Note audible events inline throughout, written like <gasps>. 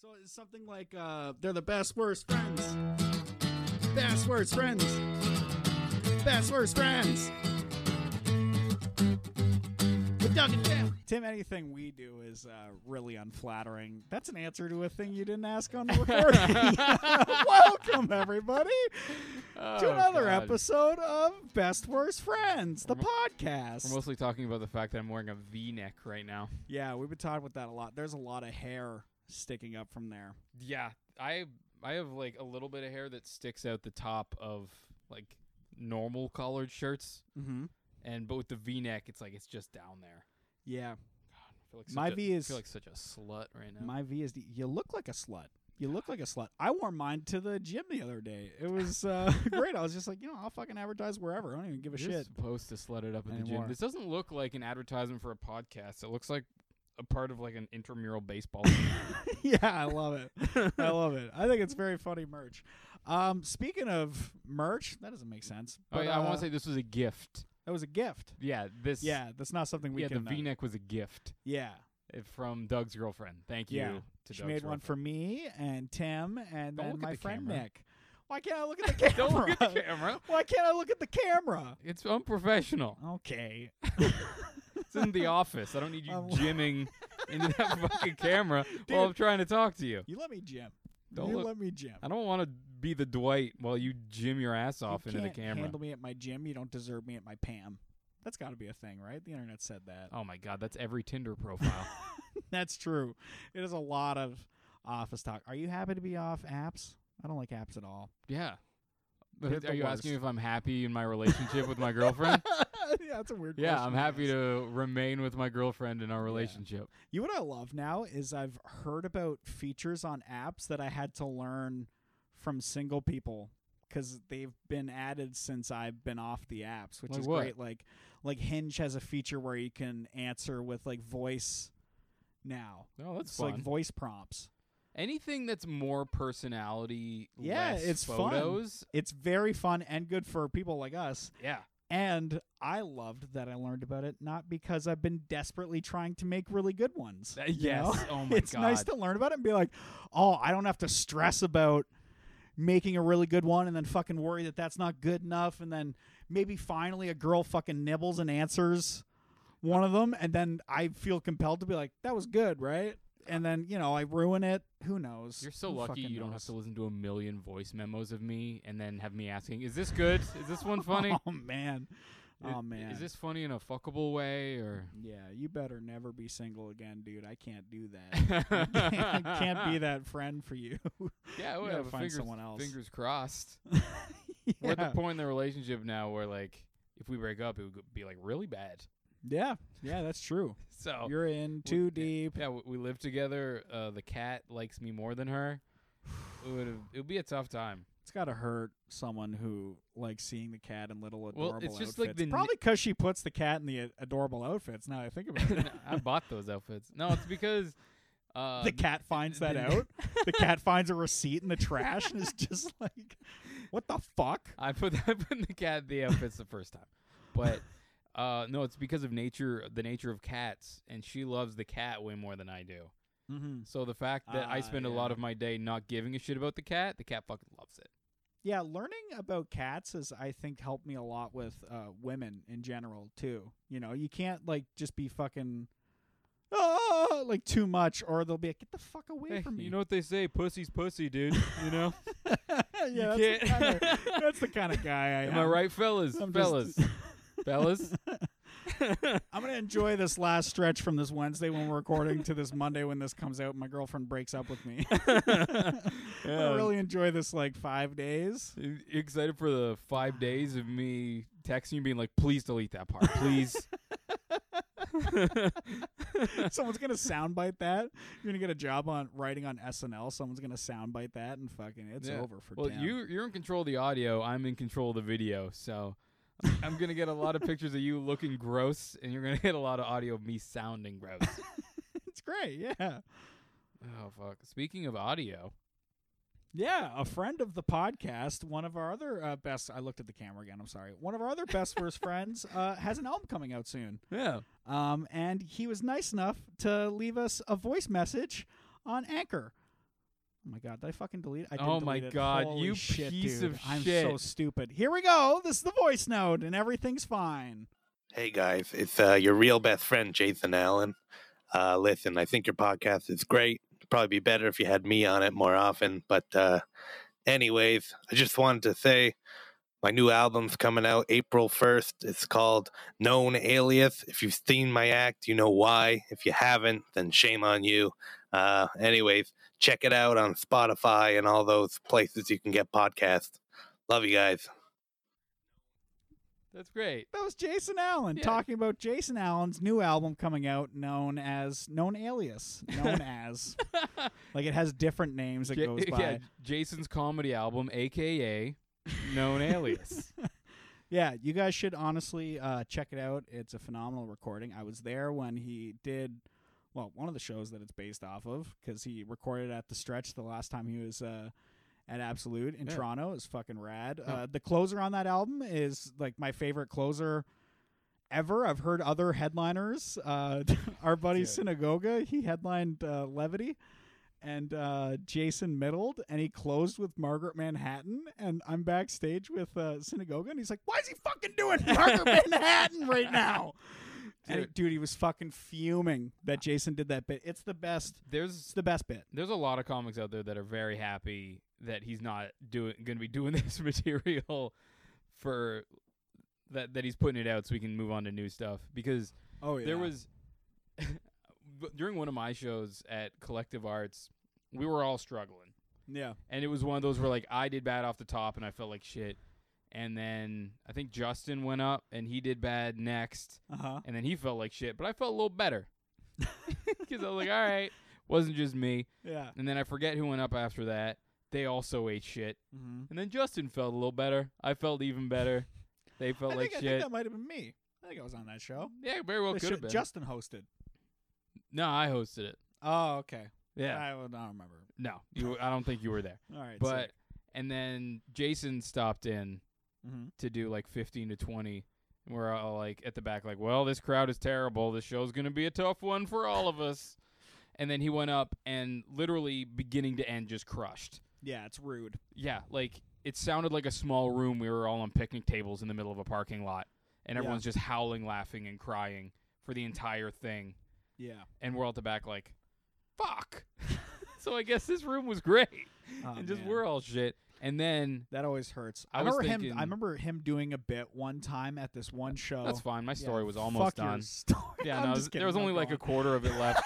So it's something like uh, they're the best worst friends. Best worst friends. Best worst friends. With Doug and Tim. Tim, anything we do is uh, really unflattering. That's an answer to a thing you didn't ask on the <laughs> recording. Welcome, everybody, to Oh, another God. episode of Best Worst Friends, the We're mo- podcast. We're mostly talking about the fact that I'm wearing a V-neck right now. yeah, we've been talking about that a lot. There's a lot of hair sticking up from there. Yeah, I I have like a little bit of hair that sticks out the top of like normal collared shirts, Mm-hmm. and but with the V-neck, it's like it's just down there. Yeah. God, I feel like such My a- V is- I feel like such a slut right now. My V is D. You look like a slut. You look like a slut. I wore mine to the gym the other day. It was <laughs> uh, <laughs> great. I was just like, you know, I'll fucking advertise wherever. I don't even give a You're <laughs> shit. <laughs> supposed to slut it up at the Anymore. gym. This doesn't look like an advertisement for a podcast. It looks like a part of like an intramural <laughs> baseball. team. yeah, I love it. I love it. I think it's very funny merch. Um, speaking of merch, that doesn't make sense. oh, yeah, I want uh, to say this was a gift. that was a gift. Yeah, this. Yeah, that's not something we yeah, the can. uh, V-neck was a gift. yeah, It- eh, from Doug's girlfriend. Thank you Yeah. to she Doug's made one for me and Tim and Don't then look at my the friend camera. Nick. Why can't I <laughs> look at the camera? Don't <laughs> look at the camera. Why can't I look at the camera? It's unprofessional. <laughs> Okay. It's <laughs> in the office. I don't need you Um, gymming into that fucking camera while I'm trying to talk to you. You let me gym. Don't you look- let me gym. I don't want to be the Dwight while you gym your ass off you into the can't camera. Handle me at my gym. You don't deserve me at my Pam. That's got to be a thing, right? The internet said that. oh my god, that's every Tinder profile. <laughs> Oh. That's true. It is a lot of office talk. Are you happy to be off apps? I don't like apps at all. <laughs> yeah. They're the Are you asking worst. if I'm happy in my relationship <laughs> with my girlfriend? yeah, that's a weird. Yeah, question I'm happy ask. to remain with my girlfriend in our relationship. You know what I love now is I've heard about features on apps that I had to learn from single people because they've been added since I've been off the apps, which Like is what? great. Like like Hinge has a feature where you can answer with like voice now. No, that's it's fun. like voice prompts. Anything that's more personality, Yeah, less it's fun. photos. It's very fun and good for people like us. Yeah, And I loved that I learned about it, not because I've been desperately trying to make really good ones. That- you know? yes. <laughs> Oh my it's nice God. to learn about it and be like, oh, I don't have to stress about making a really good one and then fucking worry that that's not good enough. And then maybe finally a girl fucking nibbles and answers one of them. And then I feel compelled to be like, that was good, right? And then, you know, I ruin it. Who knows? You're so Who lucky fucking you don't have knows? to listen to a million voice memos of me and then have me asking, "Is this good? Is this <laughs> one funny? Oh, man. Oh, Is- man. Is this funny in a fuckable way or?" Yeah, you better never be single again, dude. I <laughs> can't do <laughs> that. <laughs> I can't be that friend for you. <laughs> Yeah, You we gotta have find fingers, someone else. <laughs> Fingers crossed. We're at yeah. the point in the relationship now where like, if we break up, it would go- be like really bad. <laughs> yeah, yeah, that's true. So You're in too Oh, yeah. deep. yeah, we, we live together. Uh, the cat likes me more <sighs> than her. It would it would be a tough time. It's gotta hurt someone who likes seeing the cat in little adorable Well, it's just like outfits. the n- Probably because she puts the cat in the a- adorable outfits. Now I think about it, <laughs> <laughs> I bought those outfits. No, it's because uh, the cat finds that the- out. <laughs> the cat finds a receipt in the trash and is just <laughs> like, "What the fuck?" I put <laughs> I put the cat in the outfits the first time, <laughs> but uh, no, it's because of nature, the nature of cats, and she loves the cat way more than I do. Mm-hmm. So the fact that Ah, I spend a lot yeah. of my day not giving a shit about the cat, the cat fucking loves it. Yeah, learning about cats has, I think, helped me a lot with uh, women in general too. You know, you can't like just be fucking oh like too much, or they'll be like, "Get the fuck away Hey, from me!" you know what they say, pussy's pussy, dude. You know, <laughs> yeah, you that's, The can't- kind of, that's the kind of guy I am. <laughs> <laughs> am I right, fellas? I'm just- fellas, <laughs> fellas. I'm gonna enjoy this last stretch from this Wednesday when we're recording to this Monday when this comes out. and My girlfriend breaks up with me. <laughs> I'm Yeah. gonna really enjoy this like five days. <laughs> You E, Excited for the five days of me texting you, being like, "Please delete that <laughs> part, please." Someone's gonna soundbite that. You're gonna get a job on writing on SNL. Someone's gonna soundbite that, and fucking, it's Yeah. over for Well, Tim. you you're in control of the audio. I'm in control of the video. So I'm gonna get a lot of pictures of you looking gross, and you're gonna get a lot of audio of me sounding gross. <laughs> It's great, yeah, oh fuck! Speaking of audio, yeah. A friend of the podcast, one of our other uh, best. I looked at the camera again. I'm sorry. One of our other best <laughs> worst friends uh, has an album coming out soon. yeah, Um, and he was nice enough to leave us a voice message on Anchor. Oh my god, did I fucking delete it? I did Oh my delete it. God, Holy you shit, piece dude. of I'm so shit. stupid. Here we go. This is the voice note, and everything's fine. Hey guys, it's uh, your real best friend Jason Allen. Uh, listen, I think your podcast is great. It'd probably be better if you had me on it more often. But uh, anyways, I just wanted to say my new album's coming out April first. It's called Known Alias. If you've seen my act, you know why. If you haven't, then shame on you. Uh, anyways, check it out on Spotify and all those places you can get podcasts. Love you guys. That's great. <laughs> That was Jason Allen Yeah. talking about Jason Allen's new album coming out, known as known alias, <laughs> known as like it has different names that Ja- goes by. <laughs> yeah, Jason's comedy album, aka <laughs> Known Alias. Yeah, you guys should honestly uh, check it out. It's a phenomenal recording. I was there when he did, well, one of the shows that it's based off of, because he recorded at the Stretch the last time he was uh, at Absolute in Yeah. Toronto. It's fucking rad. Yeah. Uh, the closer on that album is like my favorite closer ever. I've heard other headliners. Uh, <laughs> our buddy Dude. Synagoga, he headlined uh, Levity. And uh, Jason middled, and he closed with Margaret Manhattan. And I'm backstage with uh, Synagoga, and he's like, "Why is he fucking doing Margaret <laughs> Manhattan right now?" And Dude. he- dude, he was fucking fuming that Jason did that bit. It's the best. It's There's the best bit. there's a lot of comics out there that are very happy that he's not doing going to be doing <laughs> this material for that that he's putting it out so we can move on to new stuff because Oh yeah. there was <laughs> but during one of my shows at Collective Arts, we were all struggling. yeah. And it was one of those where like I did bad off the top and I felt like shit. And then I think Justin went up and he did bad next. Uh huh. And then he felt like shit, but I felt a little better. <laughs> Because I was like, all right, wasn't just me. Yeah. And then I forget who went up after that. They also ate shit. Mm-hmm. And then Justin felt a little better. I felt even <laughs> better. They I felt think, like I think shit. that might have been me. I think I was on that show. Yeah, very well That could show- have been. Justin hosted. no, I hosted it. Oh okay. Yeah. I don't remember. no, you, I don't think you were <laughs> there. All right. But and then Jason stopped in hmm to do like 15 to 20 and we're all like at the back like well this crowd is terrible this show's going to be a tough one for all of us and then he went up and literally beginning to end just crushed yeah, it's rude. yeah like it sounded like a small room we were all on picnic tables in the middle of a parking lot and Yeah. everyone's just howling laughing and crying for the entire thing Yeah. and we're all at the back like fuck <laughs> so i guess this room was great Oh, and just man. we're all shit and then That always hurts. I, I was remember him. thinking- I remember him doing a bit one time at this one show. that's fine my Oh. Yeah, story was almost fuck your done story. <laughs> <laughs> yeah I'm no, just there kidding. was No, only go like a on. quarter of it <laughs> left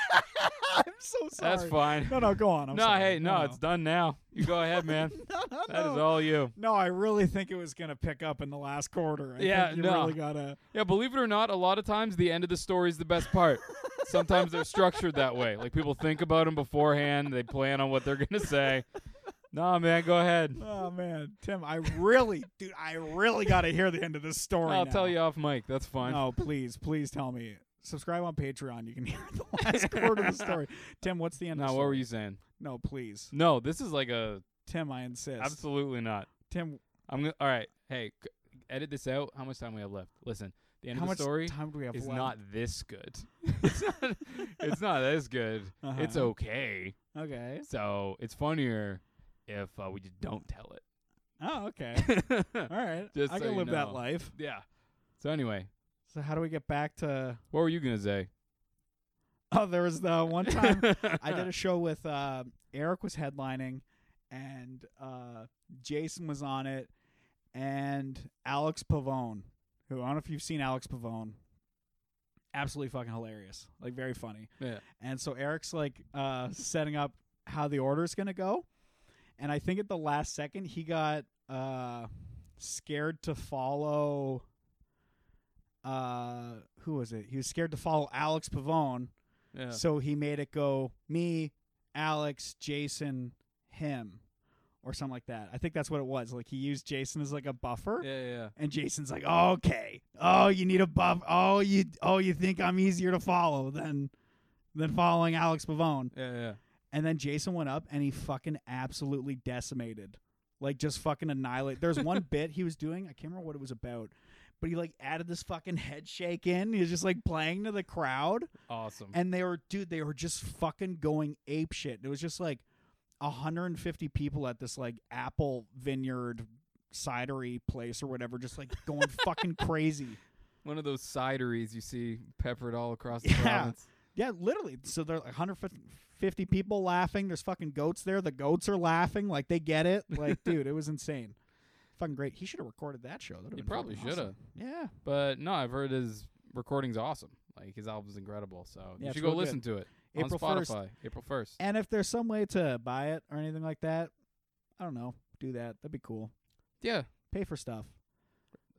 I'm so sorry. That's fine. No, no, go on. I'm no, sorry. hey, no, it's done now. You go ahead, man. <laughs> no, no, That no. is all you. No, I really think it was gonna pick up in the last quarter. I Yeah, think you no. really gotta. Yeah, believe it or not, a lot of times the end of the story is the best <laughs> part. Sometimes they're structured that way. Like people think about them beforehand, they plan on what <laughs> they're going to say. Nah, man, go ahead. Oh man, Tim, I really, dude, I really gotta hear the end of this story. I'll now. tell you off mic. That's fine. No, please, please tell me. Subscribe on Patreon. You can hear the <laughs> last quarter of the story. Tim, what's the end? of the Now, what story? were you saying? No, please, No, this is like a Tim. I insist. absolutely not. Tim, I'm going to All right. Hey, c- edit this out. How much time we have left? Listen, the end how of the much story time do we have is left? not <laughs> this good. it's not it's not as good. It's Uh-huh. okay. okay. So it's funnier if uh, we just don't tell Oh, <laughs> okay. it. <laughs> All right. Just I so can you live that know. life. yeah. So anyway, So how do we get back to? what were you gonna say? Oh, there was the <laughs> one <laughs> time I did a show with uh, Eric was headlining, and uh, Jason was on it, and Alex Pavone, who I don't know if you've seen Alex Pavone. Absolutely fucking hilarious, like very funny. Yeah. And so Eric's like uh, setting up how the order is gonna go, and I think at the last second he got uh, scared to follow. Uh, who was it? He was scared to follow Alex Pavone, <laughs> Yeah. so he made it go me, Alex, Jason, him, or something like that. I think that's what it was. Like he used Jason as like a buffer. yeah, yeah. And Jason's like, okay, oh, you need a buff. Oh, you, oh, you think I'm easier to follow than, than following Alex Pavone. Yeah, yeah. And then Jason went up and he fucking absolutely decimated. Like just fucking annihilate. There's <laughs> one bit he was doing, I can't remember what it was about, but he like added this fucking head shake in. He was just like playing to the crowd. Awesome. And they were dude, they were just fucking going ape shit. It was just like 150 people at this like apple vineyard cidery place or whatever, just like going fucking crazy. One of those cideries you see peppered all across <laughs> the Yeah. province. Yeah, literally. So there are like 150 people laughing. There's fucking goats there. The goats are laughing. Like they get it. Like, dude, it was insane. Fucking great. He should have recorded that show. That'd You have been probably fucking should have. awesome. Yeah. But no, I've heard his recording's awesome. Like his album's incredible. So Yeah, you it's should go real good. listen to it April on 1st. Spotify. April first. And if there's some way to buy it or anything like that, I don't know. Do that. That'd be cool. Yeah. Pay for stuff.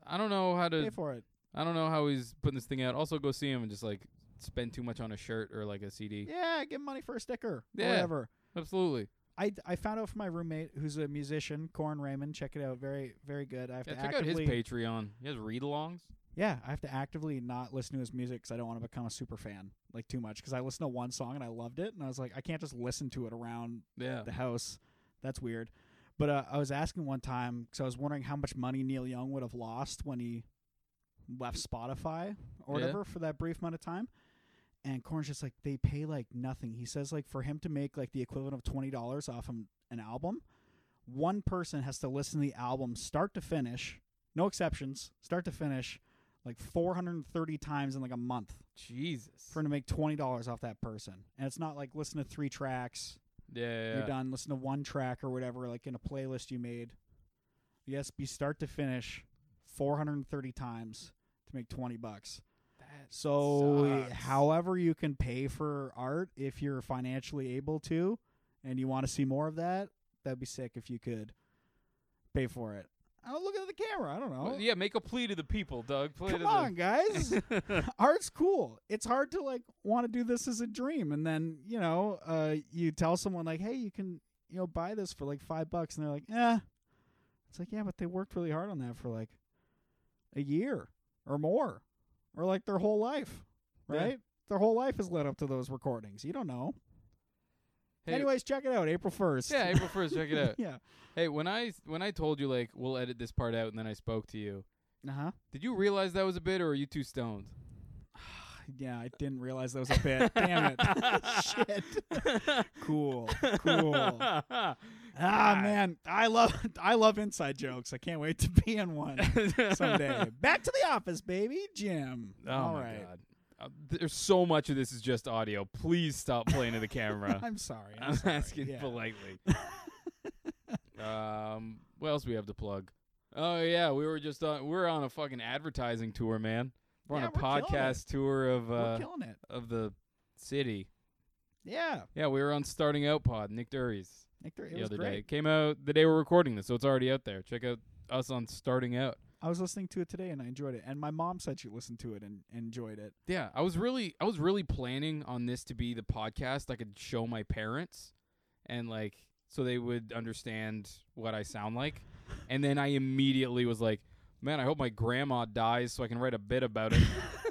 I don't know how Pay to for it. I don't know how he's putting this thing out. Also go see him and just like spend too much on a shirt or like a CD. Yeah, give money for a sticker. Yeah. Whatever. Absolutely. I, I found out from my roommate who's a musician, Corin Raymond. Check it out. Very, very good. I have Yeah, to check out his actively Patreon. He has read alongs. Yeah, I have to actively not listen to his music because I don't want to become a super fan like too much. Because I listened to one song and I loved it, and I was like, I can't just listen to it around Yeah. the house. That's weird. But uh, I was asking one time because I was wondering how much money Neil Young would have lost when he left Spotify or Yeah. whatever for that brief amount of time. And Corn's just like they pay like nothing. He says like for him to make like the equivalent of twenty dollars off an an album, one person has to listen to the album start to finish, no exceptions, start to finish, like four hundred and thirty times in like a month Jesus. for him to make twenty dollars off that person. And it's not like listen to three tracks, yeah. yeah, you're yeah. done. Listen to one track or whatever, like in a playlist you made. Yes, be start to finish, 430 times to make 20 bucks. That So, eh, sucks. however you can pay for art, if you're financially able to, and you want to see more of that, that'd be sick if you could pay for it. I'm looking at the camera. I don't know. Well, yeah, make a plea to the people, Doug. Plea Come to on, guys. the <laughs> Art's cool. It's hard to like want to do this as a dream, and then you know, uh, you tell someone like, "Hey, you can you know buy this for like five bucks," and they're like, "Eh." It's like, yeah, but they worked really hard on that for like a year or more, or like their whole life, Yeah. right? Their whole life is led up to those recordings. You don't know. Hey, Anyways, check it out, April first. Yeah, April first, check it <laughs> out. yeah. Hey, when I when I told you like we'll edit this part out and then I spoke to you, Uh huh. did you realize that was a bit or are you too stoned? Yeah, I didn't realize that was a bit. Damn it. <laughs> <laughs> Shit. Cool. <laughs> Cool. Ah God. man, I love <laughs> I love inside jokes. I can't wait to be in one <laughs> someday. Back to the office, baby, Jim. Oh All my right. god. Uh, there's so much of this is just audio. Please stop playing to the camera. <laughs> I'm sorry. I'm, <laughs> I'm sorry. asking Yeah. <laughs> politely. um, what else we have to plug? Oh yeah, we were just on we're on a fucking advertising tour, man. We're Yeah, on a we're killing it. podcast tour of We're uh, killing it. of the city. Yeah, Yeah, we were on Starting Out Pod, Nick Dury's Victor, it the was other great. day. It came out the day we're recording this, so it's already out there. Check out us on Starting Out. I was listening to it today and I enjoyed it. And my mom said she listened to it and enjoyed <laughs> it. <laughs> Yeah, I was really I was really planning on this to be the podcast I could show my parents and like so they would understand what I sound like. And then I immediately was like, "Man, I hope my grandma dies so I can write a bit about it."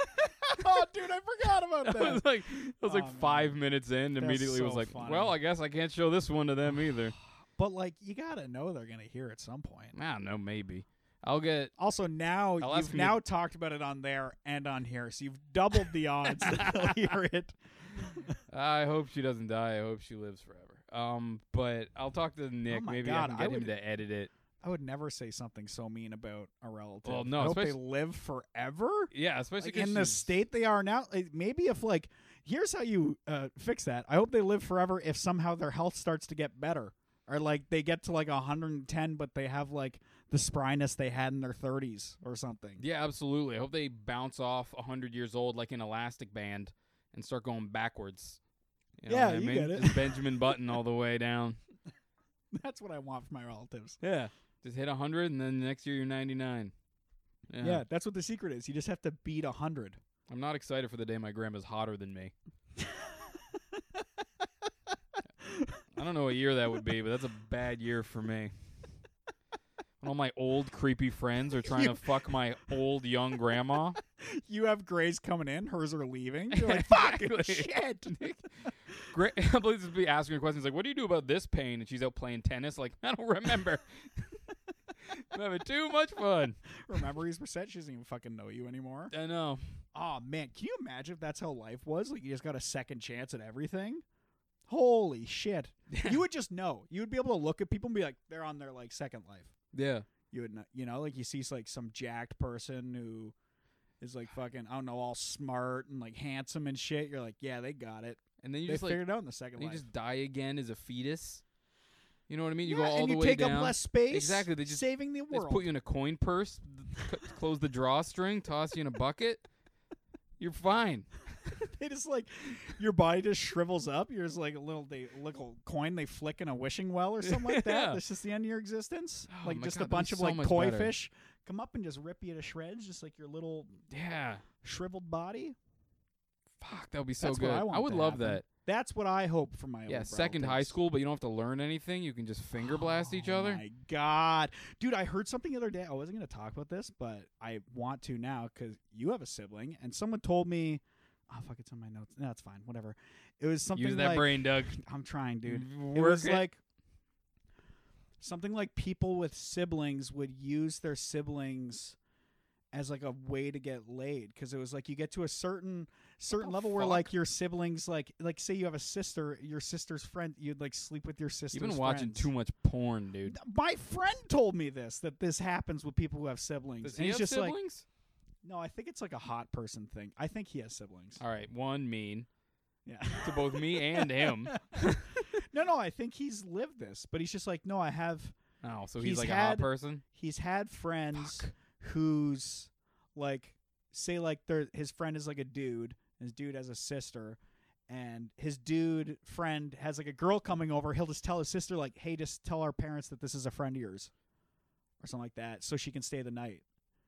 <laughs> oh, dude, I forgot about I <laughs> was that. like I was Aw, like man. 5 minutes in, That's immediately was so like, funny. "Well, I guess I can't show this one to them either." But like, you gotta know they're gonna hear at some point. I don't know, maybe. I'll get Also, now I'll ask you've them now talked about it on there and on here, so you've doubled the odds that <laughs> they'll hear it. I hope she doesn't die. I hope she lives forever. Um, but I'll talk to Nick. Oh my Maybe I God, can I get him would- to edit it. I would never say something so mean about a relative. Well, no, I hope they especi- live forever. Yeah, especially Like, 'cause in the she's- state they are now, like, maybe if like, here's how you uh, fix that. I hope they live forever if somehow their health starts to get better, or like they get to like 110, but they have like the spryness they had in their 30s or something. <laughs> Yeah, absolutely. I hope they bounce off a hundred years old like an elastic band and start going backwards. You know Yeah, what I you mean? get it. <laughs> Just Benjamin Button all the way down. That's what I want for my relatives. Yeah, just hit a hundred and then next year you're ninety nine. Yeah. that's what the secret is. You just have to beat 100. I'm not excited for the day my grandma's hotter than me. I don't know what year that would be, but that's a bad year for me. When all my old creepy friends are trying to fuck my old young grandma. <laughs> You have Gray's coming in, hers are leaving. <laughs> You're like, fuck, Exactly. shit. <laughs> Great, I believe this would be asking her questions like, "What do you do about this pain?" And she's out playing tennis. Like, <laughs> I don't remember. I'm having too much fun. Her memories were set. She doesn't even fucking know you anymore. I know. <laughs> Oh man, can you imagine if that's how life was? Like you just got a second chance at everything. Holy <laughs> shit! you would just know. You would be able to look at people and be like, they're on their like second life. Yeah. You would know, you know, like you see like some jacked person who is like fucking I don't know, all smart and like handsome and shit. You're like, yeah, they got it. And then you they just like figured it out in the then second you life. just die again as a fetus. You know what I mean? You Yeah, go all and the you way take down. up less space. Exactly, they just- saving the They just world. put you in a coin purse, th- c- close the drawstring, toss you in a bucket. You're fine. <laughs> they just like your body just shrivels up. You're just like a little they little coin they flick in a wishing well or something <laughs> like that. Yeah. That's just the end of your existence. Oh like my just God, a that'd be bunch of so like much koi better. fish come up and just rip you to shreds, just like your little Yeah. shriveled body. Fuck, that would be so That's what good. I want would to love happen. that. That's what I hope for my yeah, own second high relatives. school, but you don't have to learn anything. You can just finger blast each Oh other. my god, dude! I heard something the other day. I wasn't going to talk about this, but I want to now because you have a sibling, and someone told me. Oh fuck! It's on my notes. No, it's fine. Whatever. It was something Use that like, brain, Doug. I'm trying, dude. Work It was it. like something like people with siblings would use their siblings as like a way to get laid because it was like you get to a certain certain the level where fuck? like your siblings like like say you have a sister your sister's friend you'd like sleep with your sister's You've been watching friends. too much porn, dude. my friend told me this that this happens with people who have siblings Does and he he's have just like siblings? no i think it's like a hot person thing i think he has siblings All right, one mean yeah to both me and him. <laughs> no no i think he's lived this but he's just like no i have Oh, so he's, He's like a hot had- person. he's had friends Fuck. who's like say like their his friend is like a dude and his dude has a sister and his dude friend has like a girl coming over he'll just tell his sister like hey just tell our parents that this is a friend of yours or something like that so she can stay the night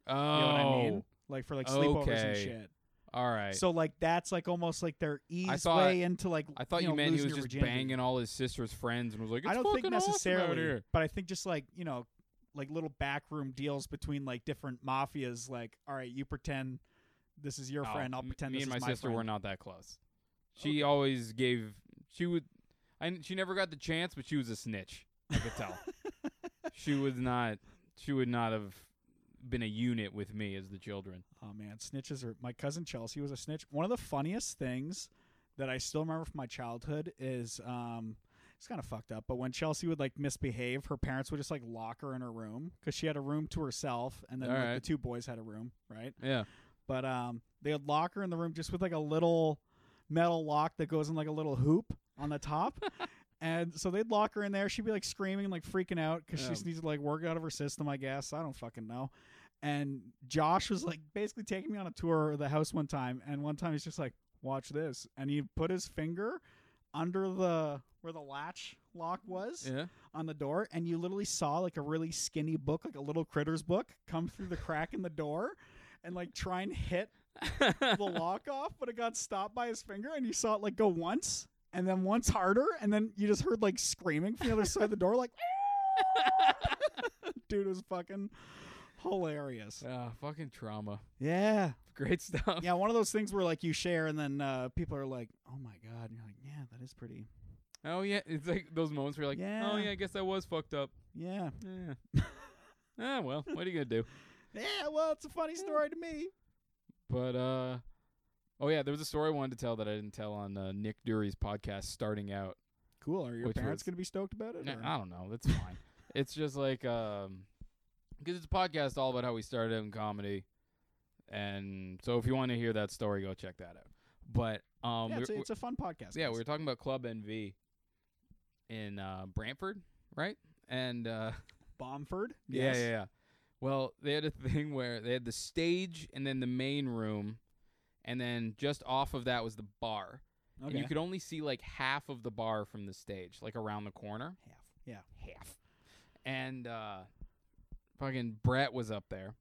Oh, you know what i mean like for like sleepovers and Okay. shit Oh, all right. so like that's like almost like their ease thought- way into like I thought you, you, know, meant he losing was your just virginity. banging all his sister's friends and was like, "It's I don't fucking think awesome out necessarily, here." but I think just like you know, like little backroom deals between like different mafias. Like, all right, you pretend this is your No, friend, I'll Oh, m- pretend me this and is my, my sister friend. were not that close. She always gave. She would. I n- she never got the chance, but she was a snitch. I could <laughs> tell. she was not. She would not have been a unit with me as the children. Oh man, snitches are. My cousin Chelsea was a snitch. One of the funniest things that I still remember from my childhood is um, it's kind of fucked up. But when Chelsea would like misbehave, her parents would just like lock her in her room because she had a room to herself, and then All like, the right. two boys had a room, right? <laughs> Yeah. but um, they would lock her in the room just with like a little metal lock that goes in like a little hoop on the top. and so they'd lock her in there. She'd be like screaming, like freaking out because she Yeah. just needs to like work out of her system, I guess. I don't fucking know. And Josh was like basically taking me on a tour of the house one time. And one time he's just like, watch this. And he put his finger under the where the latch lock was Yeah. on the door and you literally saw like a really skinny book like a little critters book come through the crack in the door and like try and hit the <laughs> <laughs> lock off but it got stopped by his finger and you saw it like go once and then once harder and then you just heard like screaming from the other side of the door like <laughs> dude it was fucking hilarious Ah, fucking trauma. yeah Great stuff. yeah one of those things where like you share and then uh, people are like oh my god and you're like yeah that is pretty Oh yeah, it's like those moments where you're like, oh Yeah. yeah, I guess I was fucked up. yeah <laughs> Yeah. ah well, what are you gonna do? yeah well it's a funny story to me But uh, oh yeah, there was a story I wanted to tell that I didn't tell on uh, Nick Dury's podcast starting out. Cool. Are your Which parents was- going to be stoked about it? Nah, or- I don't know. That's fine. it's just like um 'cause it's a podcast all about how we started out in comedy, and so if you want to hear that story, go check that out. But um, yeah, we- it's, a, we- it's a fun podcast. yeah, guys. we were talking about Club NV in uh, Brantford, right? And uh, <laughs> Bomford. Yeah, Yes. yeah, yeah. Well, they had a thing where they had the stage and then the main room, and then just off of that was the bar. Okay. And you could only see like half of the bar from the stage, like around the corner. Half. Yeah. Half. And uh fucking Brett was up <laughs> there.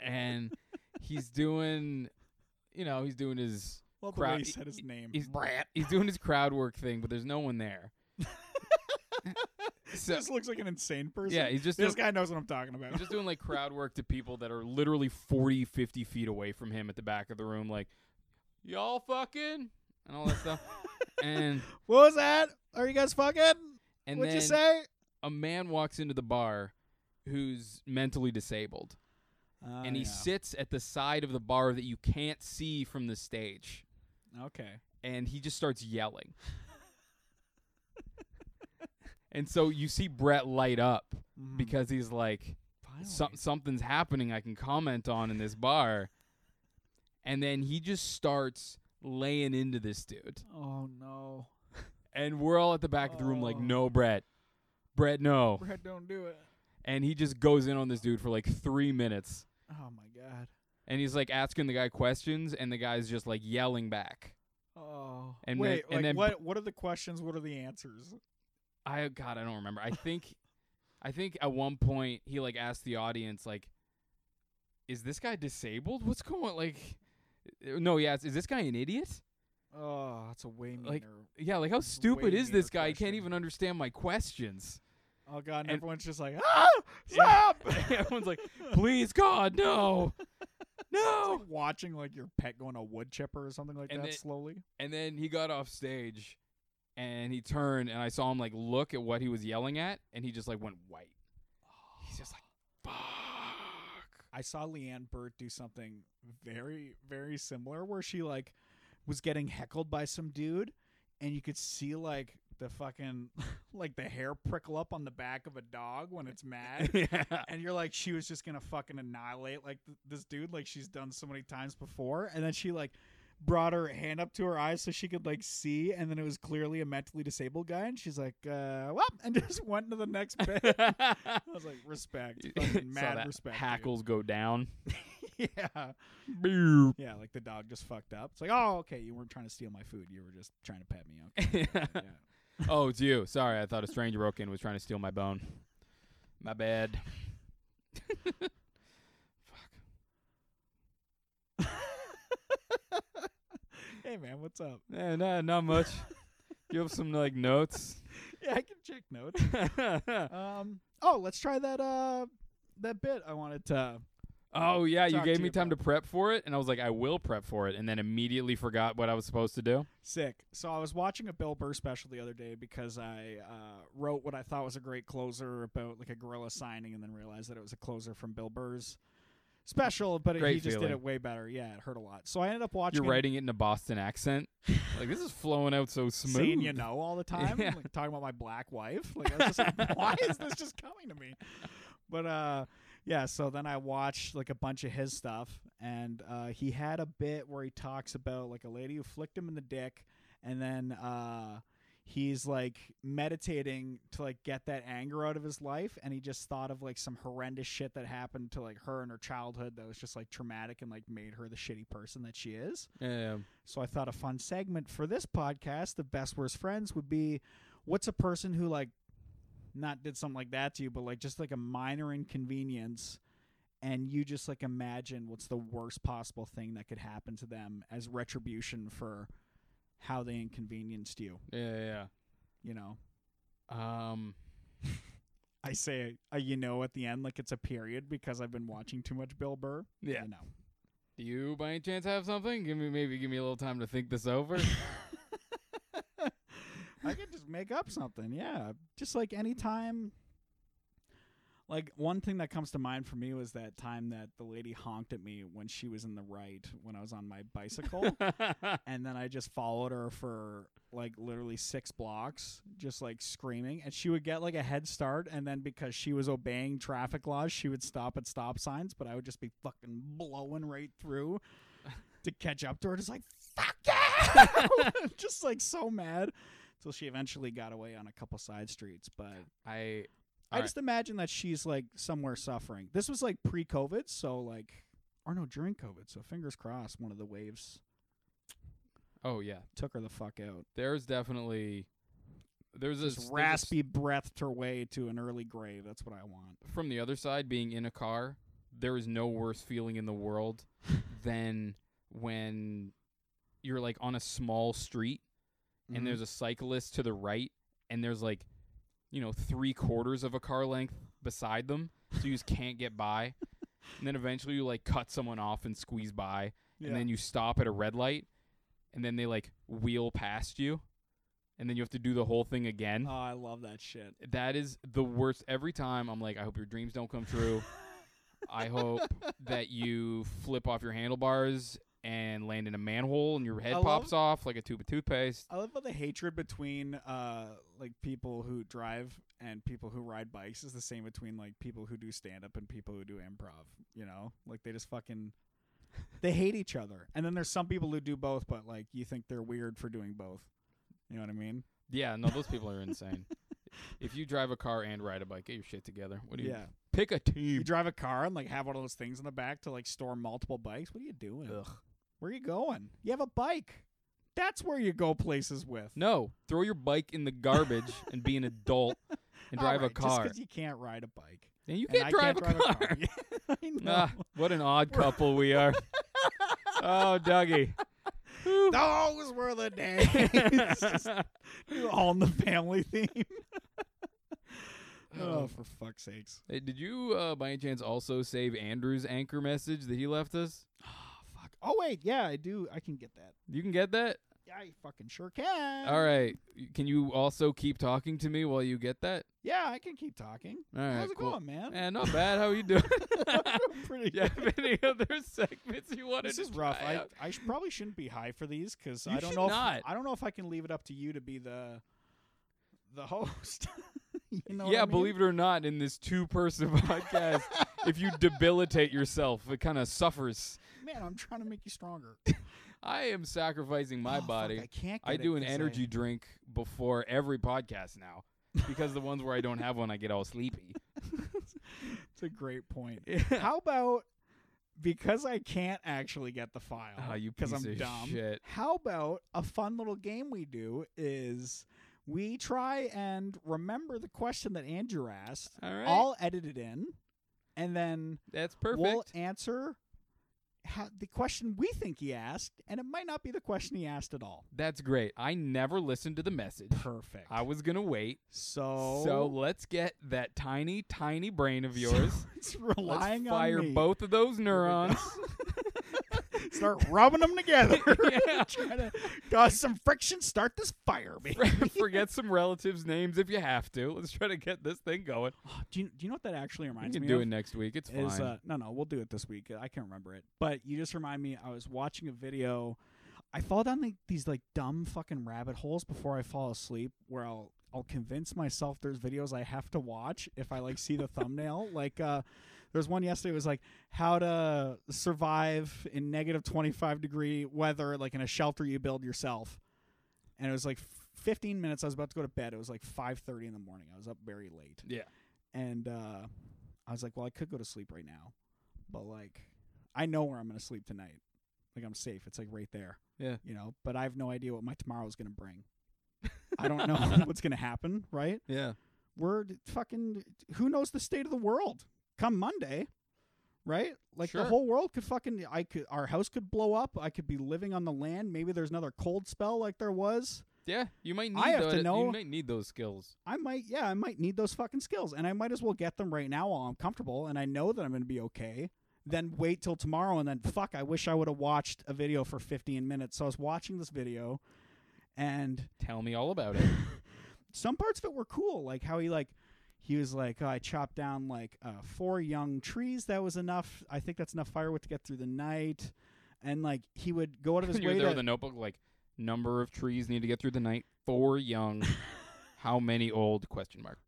and he's doing you know, he's doing his Well, the way Crowd- he said his name. he's He's doing his crowd work thing, but there's no <laughs> one there. so this looks like an insane person. yeah, he's just doing- this guy knows what I'm talking about. He's just doing like crowd work to people that are literally 40, 50 feet away from him at the back of the room, like, y'all fucking, and all that stuff. <laughs> and what was that? Are you guys fucking? and What'd then you say? a man walks into the bar who's mentally disabled. Oh, and he sits at the side of the bar that you can't see from the stage. okay. And he just starts yelling. And so you see Brett light up Mhm. because he's like, Finally. some, something's happening I can comment on in this bar. And then he just starts laying into this dude. oh no, And we're all at the back of the room like, Oh. no, Brett. Brett, no. Brett, don't do it. And he just goes in on this dude for like three minutes. Oh my god. And he's like asking the guy questions, and the guy's just like yelling back. Oh. And wait, then- and like then- what? What are the questions? What are the answers? I God, I don't remember. <laughs> I think, I think at one point he like asked the audience like, "Is this guy disabled? What's going like?" uh, No, yeah, is this guy an idiot? Oh, that's a way meaner. Like- Yeah, like how a stupid way is this meaner guy? He question. Can't even understand my questions. oh god, and and- everyone's just like, ah, stop. <laughs> <laughs> Everyone's like, "Please, God, no, It's no!" like watching like your pet going to wood chipper or something like And that it- slowly. And then he got off stage, and he turned, and I saw him like look at what he was yelling at, and he just like went white. He's just like, "Fuck." I saw Leanne Burt do something very, very similar where she like was getting heckled by some dude and you could see like the fucking <laughs> like the hair prickle up on the back of a dog when it's mad. <laughs> yeah. and you're like she was just gonna fucking annihilate like th- this dude like she's done so many times before and then she like brought her hand up to her eyes so she could like see and then it was clearly a mentally disabled guy and she's like uh well <laughs> and just went into the <laughs> next bit i was like respect <laughs> fucking Saw mad that respect dude. Hackles go down. <laughs> yeah Boop. yeah like the dog just fucked up it's like oh okay you weren't trying to steal my food you were just trying to pet me okay <laughs> yeah. <laughs> oh, it's you. Sorry, I thought a stranger broke in and was trying to steal my bone. <laughs> My bad. hey man what's up Eh, nah, not much. you have some <laughs> like notes. yeah i can check notes um oh let's try that uh that bit i wanted to oh yeah, you Talk gave to me you time about to prep for it, and I was like, I will prep for it, and then immediately forgot what I was supposed to do. Sick. So I was watching a Bill Burr special the other day because I uh, wrote what I thought was a great closer about like a gorilla signing, and then realized that it was a closer from Bill Burr's special. But he Great just did feeling. it way better. Yeah, it hurt a lot. So I ended up watching. You're writing it in a <laughs> Boston accent. like this is flowing out so smooth. Saying you know <laughs> all the time, Yeah. like talking about my black wife. Like I was just <laughs> like, why is this just coming to me? But uh, yeah. So then I watched like a bunch of his stuff, and uh, he had a bit where he talks about like a lady who flicked him in the dick, and then uh, he's like meditating to like get that anger out of his life and he just thought of like some horrendous shit that happened to like her in her childhood that was just like traumatic and like made her the shitty person that she is Yeah. so i thought a fun segment for this podcast the best worst friends would be what's a person who like not did something like that to you but like just like a minor inconvenience and you just like imagine what's the worst possible thing that could happen to them as retribution for how they inconvenienced you Yeah. Yeah. you know yeah. Um. I say a you know at the end like it's a period because I've been watching too much Bill Burr. Yeah. You know. Do you, by any chance, have something? Give me maybe give me a little time to think this <laughs> over. I could just make up something. Yeah. Just like any time like one thing that comes to mind for me was that time that the lady honked at me when she was in the right when I was on my bicycle and then I just followed her for like literally 6 blocks just like screaming and she would get like a head start and then because she was obeying traffic laws she would stop at stop signs but I would just be fucking blowing right through to catch up to her, just like fuck you, <laughs> just like so mad. Till she eventually got away on a couple side streets, but I I All just imagine that she's like somewhere suffering. This was like pre-COVID, so like, or no, during COVID. So fingers crossed, one of the waves oh yeah. took her the fuck out. There's definitely there's this Just raspy breathed her way to an early grave. That's what I want. from the other side, being in a car, there is no worse feeling in <laughs> the world than when you're like on a small street Mhm. and there's a cyclist to the right and there's like you know three quarters of a car length beside them, so you just can't <laughs> get by. And then eventually you like cut someone off and squeeze by, yeah. and then you stop at a red light, and then they like wheel past you, and then you have to do the whole thing again. oh, I love that shit. that is the worst. Every time I'm like, I hope your <laughs> dreams don't come true. I hope that you flip off your handlebars and land in a manhole and your head I pops love- off like a tube of toothpaste. <laughs> I love how the hatred between uh like people who drive and people who ride bikes is the same between like people who do stand up and people who do improv, you know? Like they just fucking they hate each other. And then there's some people who do both but like you think they're weird for doing both. You know what I mean? Yeah, no, those people are insane. If you drive a car and ride a bike, get your shit together. What do you yeah. pick a You team? drive a car and like have one of those things in the back to like store multiple bikes. What are you doing? Ugh. Where are you going? You have a bike. That's where you go places with. No, throw your bike in the garbage and be an adult <laughs> and drive a Alright, just car. 'cause you can't ride a bike. and you and can't I drive, can't a, car. <laughs> car. <laughs> I know. Ah, what an odd couple <laughs> we are. oh, Dougie. Whew. Those were the days. <laughs> <laughs> It's <laughs> just oh. all in the family theme. oh, for fuck's sakes. Hey, did you, uh, by any chance, also save Andrew's anchor message that he left us? Oh, fuck. Oh, wait. Yeah, I do. I can get that. You can get that? Yeah, I fucking sure can. All right. Can you also keep talking to me while you get that? Yeah, I can keep talking. All right. How's it cool. going, man? Eh, not bad. How are <laughs> you doing? <laughs> I'm doing pretty Do you have any other segments you wanted This to is rough. try I, out? I sh- probably shouldn't be high for these because You I don't should know. not. If, I don't know if I can leave it up to you to be the the <laughs> host. you know what yeah, I mean? believe it or not, in this two-person <laughs> podcast, <laughs> if you debilitate yourself, it kind of suffers. Man, I'm trying to make you stronger. I am sacrificing Oh, <laughs> my fuck, body. I can't. I get it do an 'cause I- energy drink before every podcast now because the ones where I don't have one, I get <laughs> all sleepy. It's a great point. <laughs> Yeah. How about because I can't actually get the file Oh, you because piece I'm of dumb. shit. How about a fun little game we do is we try and remember the question that Andrew asked. All right. I'll edit it in, and then That's perfect. we'll answer how, the question we think he asked, and it might not be the question he asked at all. That's great. I never listened to the message. Perfect. Oh. I was going to wait. so So let's get that tiny, tiny brain of yours. it's relying let's fire on me. both of <laughs> those neurons. <laughs> Start rubbing them together. Yeah. Try to cause some friction. Start this fire, baby. Forget some relatives' names if you have to. Let's try to get this thing going. Oh, do, you, do you know what that actually We reminds can me do of? it next week. It's fine. is uh, no, no, we'll do it this week. I can't remember it, but you just remind me. I was watching a video. I fall down like these like dumb fucking rabbit holes before I fall asleep, where I'll I'll convince myself there's videos I have to watch if I like see the <laughs> thumbnail. Like uh, there's one yesterday. It was like how to survive in negative 25 degree weather, like in a shelter you build yourself. And it was like 15 minutes. I was about to go to bed. It was like 5:30 in the morning. I was up very late yeah. and uh, I was like, well, I could go to sleep right now, but like, I know where I'm gonna sleep tonight. Like I'm safe. It's like right there. Yeah. You know, but I have no idea what my tomorrow is gonna bring. I don't <laughs> know what's gonna happen. Right? Yeah. We're d- fucking. Who knows the state of the world come Monday? Right? Like Sure. the whole world could fucking. I could. Our house could blow up. I could be living on the land. Maybe there's another cold spell like there was. Yeah. You might need I have to those, you know- might need those skills. I might, yeah, I might need those fucking skills, and I might as well get them right now while I'm comfortable, and I know that I'm going to be okay. Then wait till tomorrow, and then fuck, I wish I would have watched a video for 15 minutes. So I was watching this video, and Tell me all about it. some parts of it were cool, like how he like he was like, oh, I chopped down like uh, four young trees. That was enough. I think that's enough firewood to get through the night. And like he would go out <laughs> of his you were way there to with a notebook, like number of trees need to get through the night. <laughs> Four young. How many old? Question mark.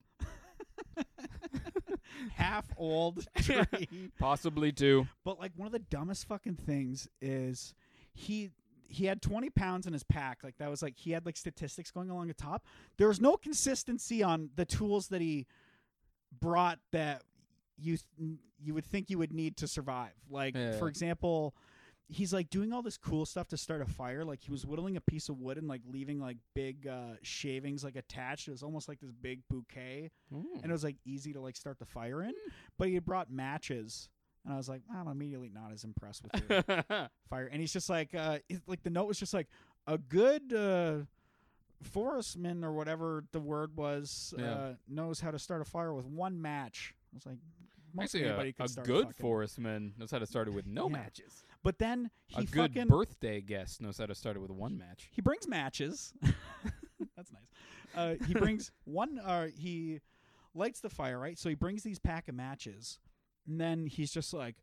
half old <laughs> tree. Possibly two. But like one of the dumbest fucking things is he he had 20 pounds in his pack. Like that was like he had like statistics going along the top. There was no consistency on the tools that he brought that you th- you would think you would need to survive. Like Yeah. for example, he's like doing all this cool stuff to start a fire. Like he was whittling a piece of wood and like leaving like big uh, shavings like attached. It was almost like this big bouquet Ooh. <laughs> and it was like easy to like start the fire in. Hmm. But he had brought matches, and I was like, I'm immediately not as impressed with <laughs> your fire. And he's just like, uh, it- like the note was just like a good uh, forestman or whatever the word was Yeah. uh, knows how to start a fire with one match. I was like, most Actually, anybody a, could a start good fucking- forestman knows how to start it with no Yeah. matches. But then he a good fucking birthday guest knows how to start it with one match. he brings matches. <laughs> That's nice. Uh, he <laughs> brings one. Uh, he lights the fire, right? So he brings these pack of matches, and then he's just like,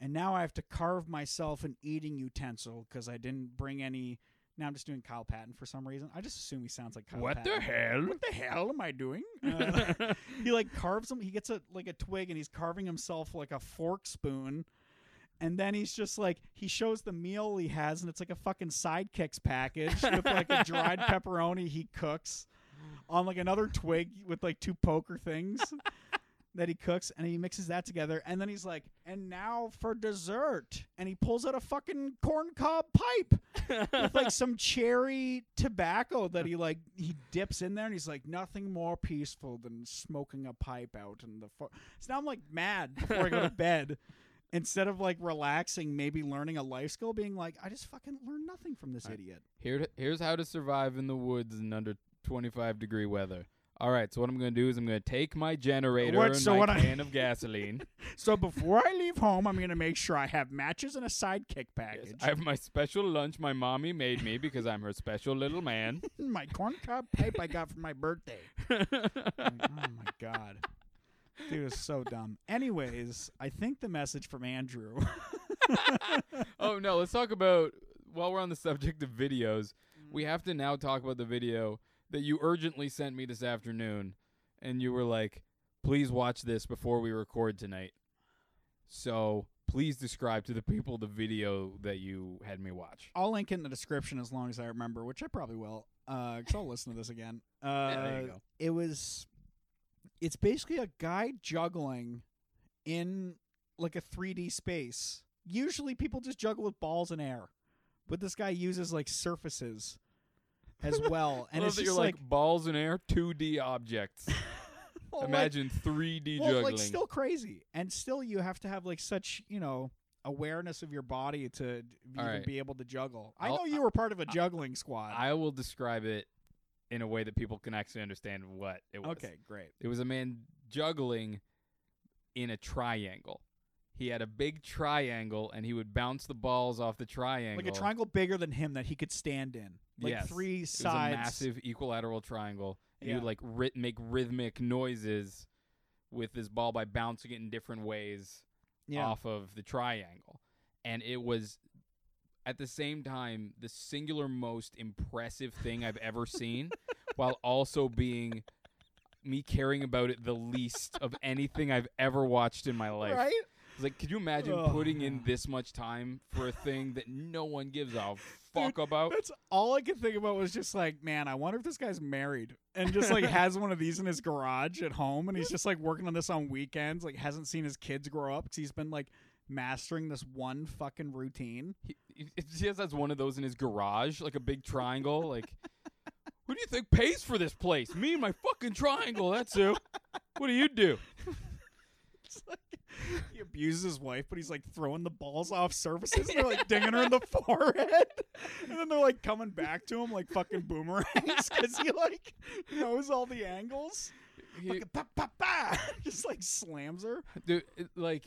And now I have to carve myself an eating utensil because I didn't bring any. Now I'm just doing Kyle Patton for some reason. I just assume he sounds like Kyle what Patton. the hell? What the hell am I <laughs> doing? Uh, <laughs> he like carves him. He gets a like a twig and he's carving himself like a fork spoon. And then he's just like he shows the meal he has, and it's like a fucking sidekicks package with like a dried pepperoni he cooks on like another twig with like two poker things that he cooks, and he mixes that together. And then he's like, "And now for dessert," and he pulls out a fucking corncob pipe with <laughs> like some cherry tobacco that he like he dips in there and he's like nothing more peaceful than smoking a pipe out in the fo-. so now i'm like mad before i go <laughs> to bed instead of like relaxing maybe learning a life skill being like i just fucking learned nothing from this Right. idiot Here, here's how to survive in the woods in under 25 degree weather. All right, so what I'm going to do is I'm going to take my generator What- and so my what I- <laughs> can of gasoline. so before i leave home i'm gonna make sure i have matches and a sidekick package <laughs> I have my special lunch my mommy made me because I'm her special <laughs> little man. my corncob pipe i got for my birthday <laughs> Like, oh my god dude is so dumb anyways i think the message from andrew oh no, let's talk about while we're on the subject of videos, we have to now talk about the video that you urgently sent me this afternoon and you were like, "Please watch this before we record tonight." So, please describe to the people the video that you had me watch. I'll link it in the description as long as I remember, which I probably will, because I'll listen to this <laughs> again. Uh, there you go. It was, it's basically a guy juggling in like a 3D space. Usually, people just juggle with balls in air, but this guy uses like surfaces as <laughs> well, and Love it's that just you're like, balls in air, 2D objects. <laughs> well, like- Imagine 3D well, juggling. like still crazy, and still you have to have like such you know awareness of your body to d- All even right. be able to juggle. i I'll- know you were part of a juggling squad. I will describe it in a way that people can actually understand what it was. okay, great. It was a man juggling in a triangle. He had a big triangle and he would bounce the balls off the triangle. like a triangle bigger than him that he could stand in. Like Yes. three It was a sides. massive equilateral triangle. And he would Yeah. like rit- make rhythmic noises with this ball by bouncing it in different ways. yeah. off of the triangle. And it was at the same time the singular most impressive thing I've <laughs> ever seen while also being me caring about it the least of anything I've ever watched in my life. Right? It's like could you imagine Oh, putting in yeah. this much time for a thing that no one <laughs> gives a fuck about? That's all I could think about was just like, man, I wonder if this guy's married and just <laughs> like has one of these in his garage at home and he's just like working on this on weekends, like hasn't seen his kids grow up because he's been like mastering this one fucking routine. He, he- he just has one of those in his garage, like a big triangle, like who do you think pays for this place? Me and my fucking triangle, that's who. What do you do? It's like he abuses his wife, but he's like throwing the balls off surfaces and they're like dinging her in the <laughs> forehead. And then they're like coming back to him like fucking boomerangs because he like knows all the angles. He- Fucking pa, pa, pa. <laughs> Just like slams her. Dude, it, like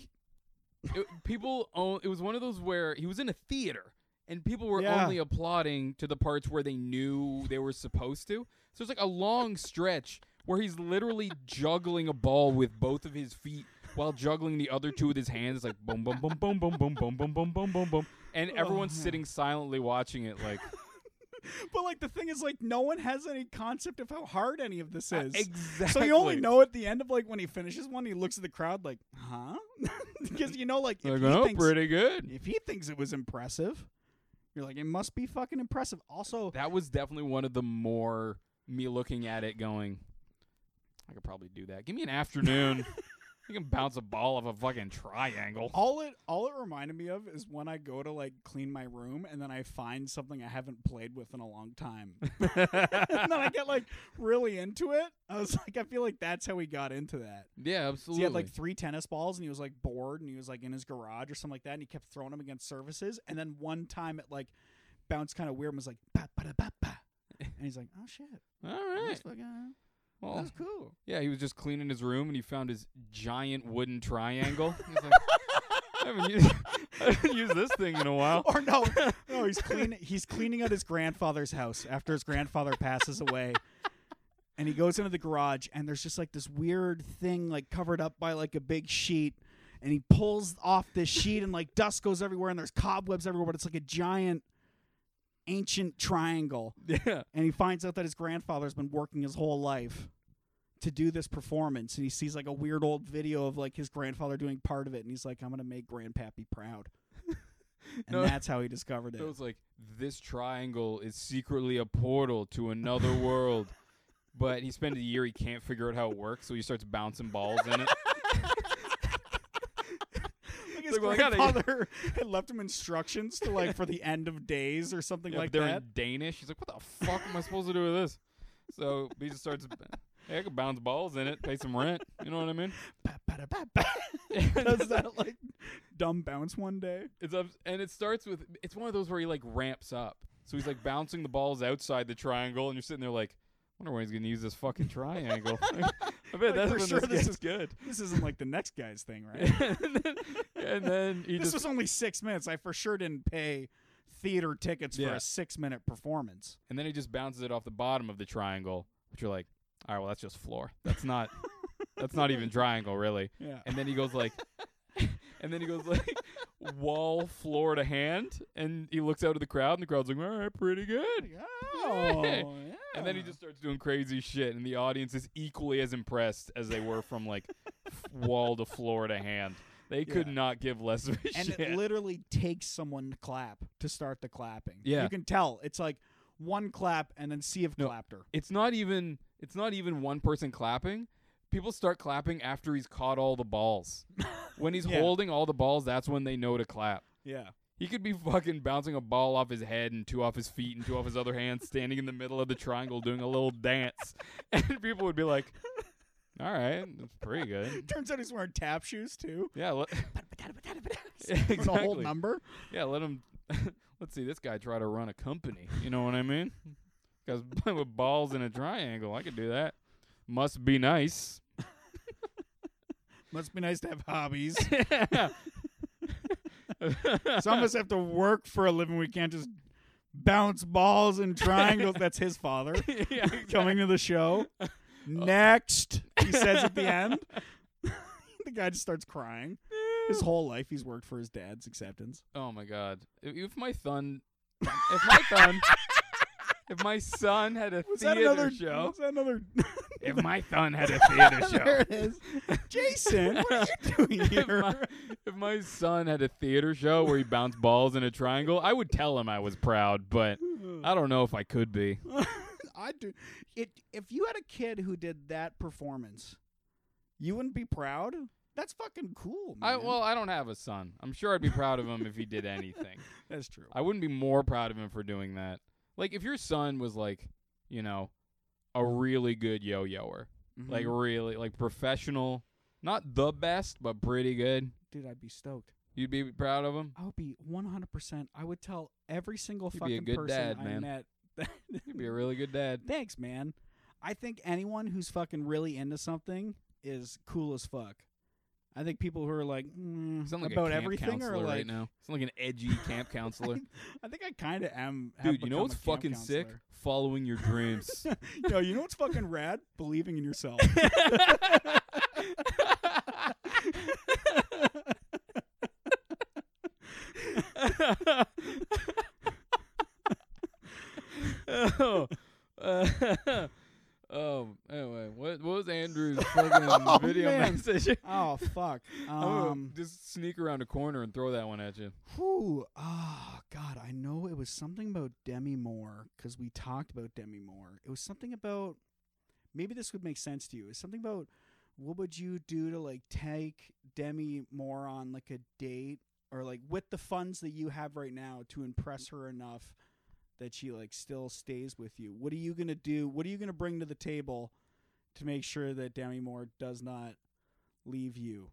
it, people own it was one of those where he was in a theater and people were Yeah. only applauding to the parts where they knew they were supposed to. So it's like a long stretch where he's literally juggling a ball with both of his feet while juggling the other two with his hands It's like boom boom boom boom boom boom boom boom boom boom boom boom and Oh, everyone's man. sitting silently watching it like But like the thing is, like, no one has any concept of how hard any of this is. exactly <laughs> So you only know at the end of like when he finishes one, he looks at the crowd like, huh? <laughs> Because you know, like, if they're he, going oh, thinks, pretty good. if he thinks it was impressive, you're like, it must be fucking impressive. Also, That was definitely one of the more me looking at it going, I could probably do that. Give me <laughs> an afternoon. you can bounce a ball off a fucking triangle. All it all it reminded me of is when I go to like clean my room and then I find something I haven't played with in a long time. <laughs> and then I get like really into it. I was like, I feel like that's how he got into that. <laughs> Yeah, 'Cause absolutely. He had like three tennis balls and he was like bored and he was like in his garage or something like that and he kept throwing them against surfaces and then one time it like bounced kind of weird and was like ba ba da ba ba and he's like, oh shit, All right. that's fucking, Well, that's cool. yeah, he was just cleaning his room and he found his giant <laughs> wooden triangle. He's like, I haven't used, <laughs> I haven't used this thing in a while. or no, no, Oh, he's cleaning. He's cleaning out his grandfather's house after his grandfather passes away, and he goes into the garage, and there's just like this weird thing, like covered up by like a big sheet, and he pulls off this sheet, and like dust goes everywhere, and there's cobwebs everywhere, but it's like a giant ancient triangle. <laughs> Yeah. And he finds out that his grandfather's been working his whole life to do this performance, and he sees like a weird old video of like his grandfather doing part of it, and he's like, "I'm gonna make Grandpappy proud." And No. that's how he discovered it. So it's like this triangle is secretly a portal to another <laughs> world. But he spent a year he can't figure out how it works, so he starts bouncing balls in <laughs> it. Like his Like, well, I gotta- grandfather <laughs> had left him instructions to like for the end of days or something Yeah, like but they're that. in Danish. He's like, "What the fuck am I supposed to do with this?" So he just starts. Hey, I could bounce balls in it, pay some rent. You know what I mean? Ba, ba, da, ba, ba. <laughs> Does that like dumb bounce one day? It's up, and it starts with. It's one of those where he like ramps up. So he's like bouncing the balls outside the triangle, and you're sitting there like, "Wonder when he's gonna use this fucking triangle." <laughs> I bet <laughs> that's for when sure this, this is good. This isn't like the next guy's thing, right? <laughs> and, then, and then <laughs> he this was just only six minutes. I for sure didn't pay theater tickets for Yeah. a six minute performance. and then he just bounces it off the bottom of the triangle, which you're like, "All right, well that's just floor. <laughs> That's not. that's not even triangle, really." Yeah. <laughs> and then he goes like and then he goes like wall floor to hand and he looks out at the crowd and the crowd's like all right pretty <laughs> good Oh, Yeah. yeah. and then he just starts doing crazy shit and the audience is equally as impressed as they were from <laughs> like f- wall to floor to hand they could Yeah. not give less of a and shit it literally takes someone to clap to start the clapping. Yeah. You can tell. It's like one clap and then sea of No. clapter. it's not even it's not even one person clapping people start clapping after he's caught all <laughs> the balls when he's Yeah. holding all the balls that's when they know to clap Yeah. He could be fucking bouncing a ball off his head and two off his feet and two off his other hand, standing in the middle of the triangle doing a little dance. <laughs> And people would be like, all right, that's pretty <laughs> good. Turns out he's wearing tap shoes too. <laughs> Yeah, let, <laughs> Yeah, For the whole exactly. number. yeah, let him. <laughs> let's see this guy try to run a company. You know what <laughs> I mean? Guys <laughs> playing with balls in a triangle. I could do that. Must <laughs> be nice. <laughs> Must be nice to have <laughs> hobbies. Some of Some us have to work for a living. We can't just bounce balls and triangles. That's his <laughs> father yeah, coming to the <laughs> show. Uh. Next, he says at the end. <laughs> the guy just starts crying. His whole life, he's worked for his dad's acceptance. Oh my god! If- If my son, if my <laughs> son, if my son had a Was that theater another show, <laughs> Was that another? if my son had a theater <laughs> there show, it is. Jason, what are you doing <laughs> if <laughs> my, here? if my son had a theater show where he bounced balls in a triangle, I would tell him I was proud, but I don't know if I could be. <laughs> I do. It if you had a kid who did that performance, you wouldn't be proud. That's fucking cool, man. I well, I don't have a son. I'm sure I'd be proud of him if <laughs> he did anything. that's true. I wouldn't be more proud of him for doing that. Like if your son was like, you know, a really good yo-yoer. Mm-hmm. like really like professional not the best but pretty good dude, I'd be stoked. you'd be proud of him I would be one hundred percent. I would tell every single You'd be fucking a good person dad, I man. met. <laughs> that- you'd be a really good dad <laughs> Thanks, man. I think anyone who's fucking really into something is cool as fuck. I think people who are like mm, You sound like a about camp everything counselor are like right now sound like an edgy camp counselor I think I kind of am. <laughs> have dude you know become what's a camp fucking sick counselor. following your dreams <laughs> Yo, you know what's fucking rad? Believing in yourself. oh, <laughs> uh, oh, anyway, what, what was Andrew's fucking <laughs> Oh, video man. message? <laughs> oh fuck. I'm gonna Um, just sneak around a corner and throw that one at you. whew. Oh god, I know it was something about Demi Moore because we talked about Demi Moore. It was something about maybe this would make sense to you. It's something about what would you do to like take Demi Moore on like a date or like with the funds that you have right now to impress her enough that she like still stays with you. What are you gonna do? What are you gonna bring to the table to make sure that Demi Moore does not leave you?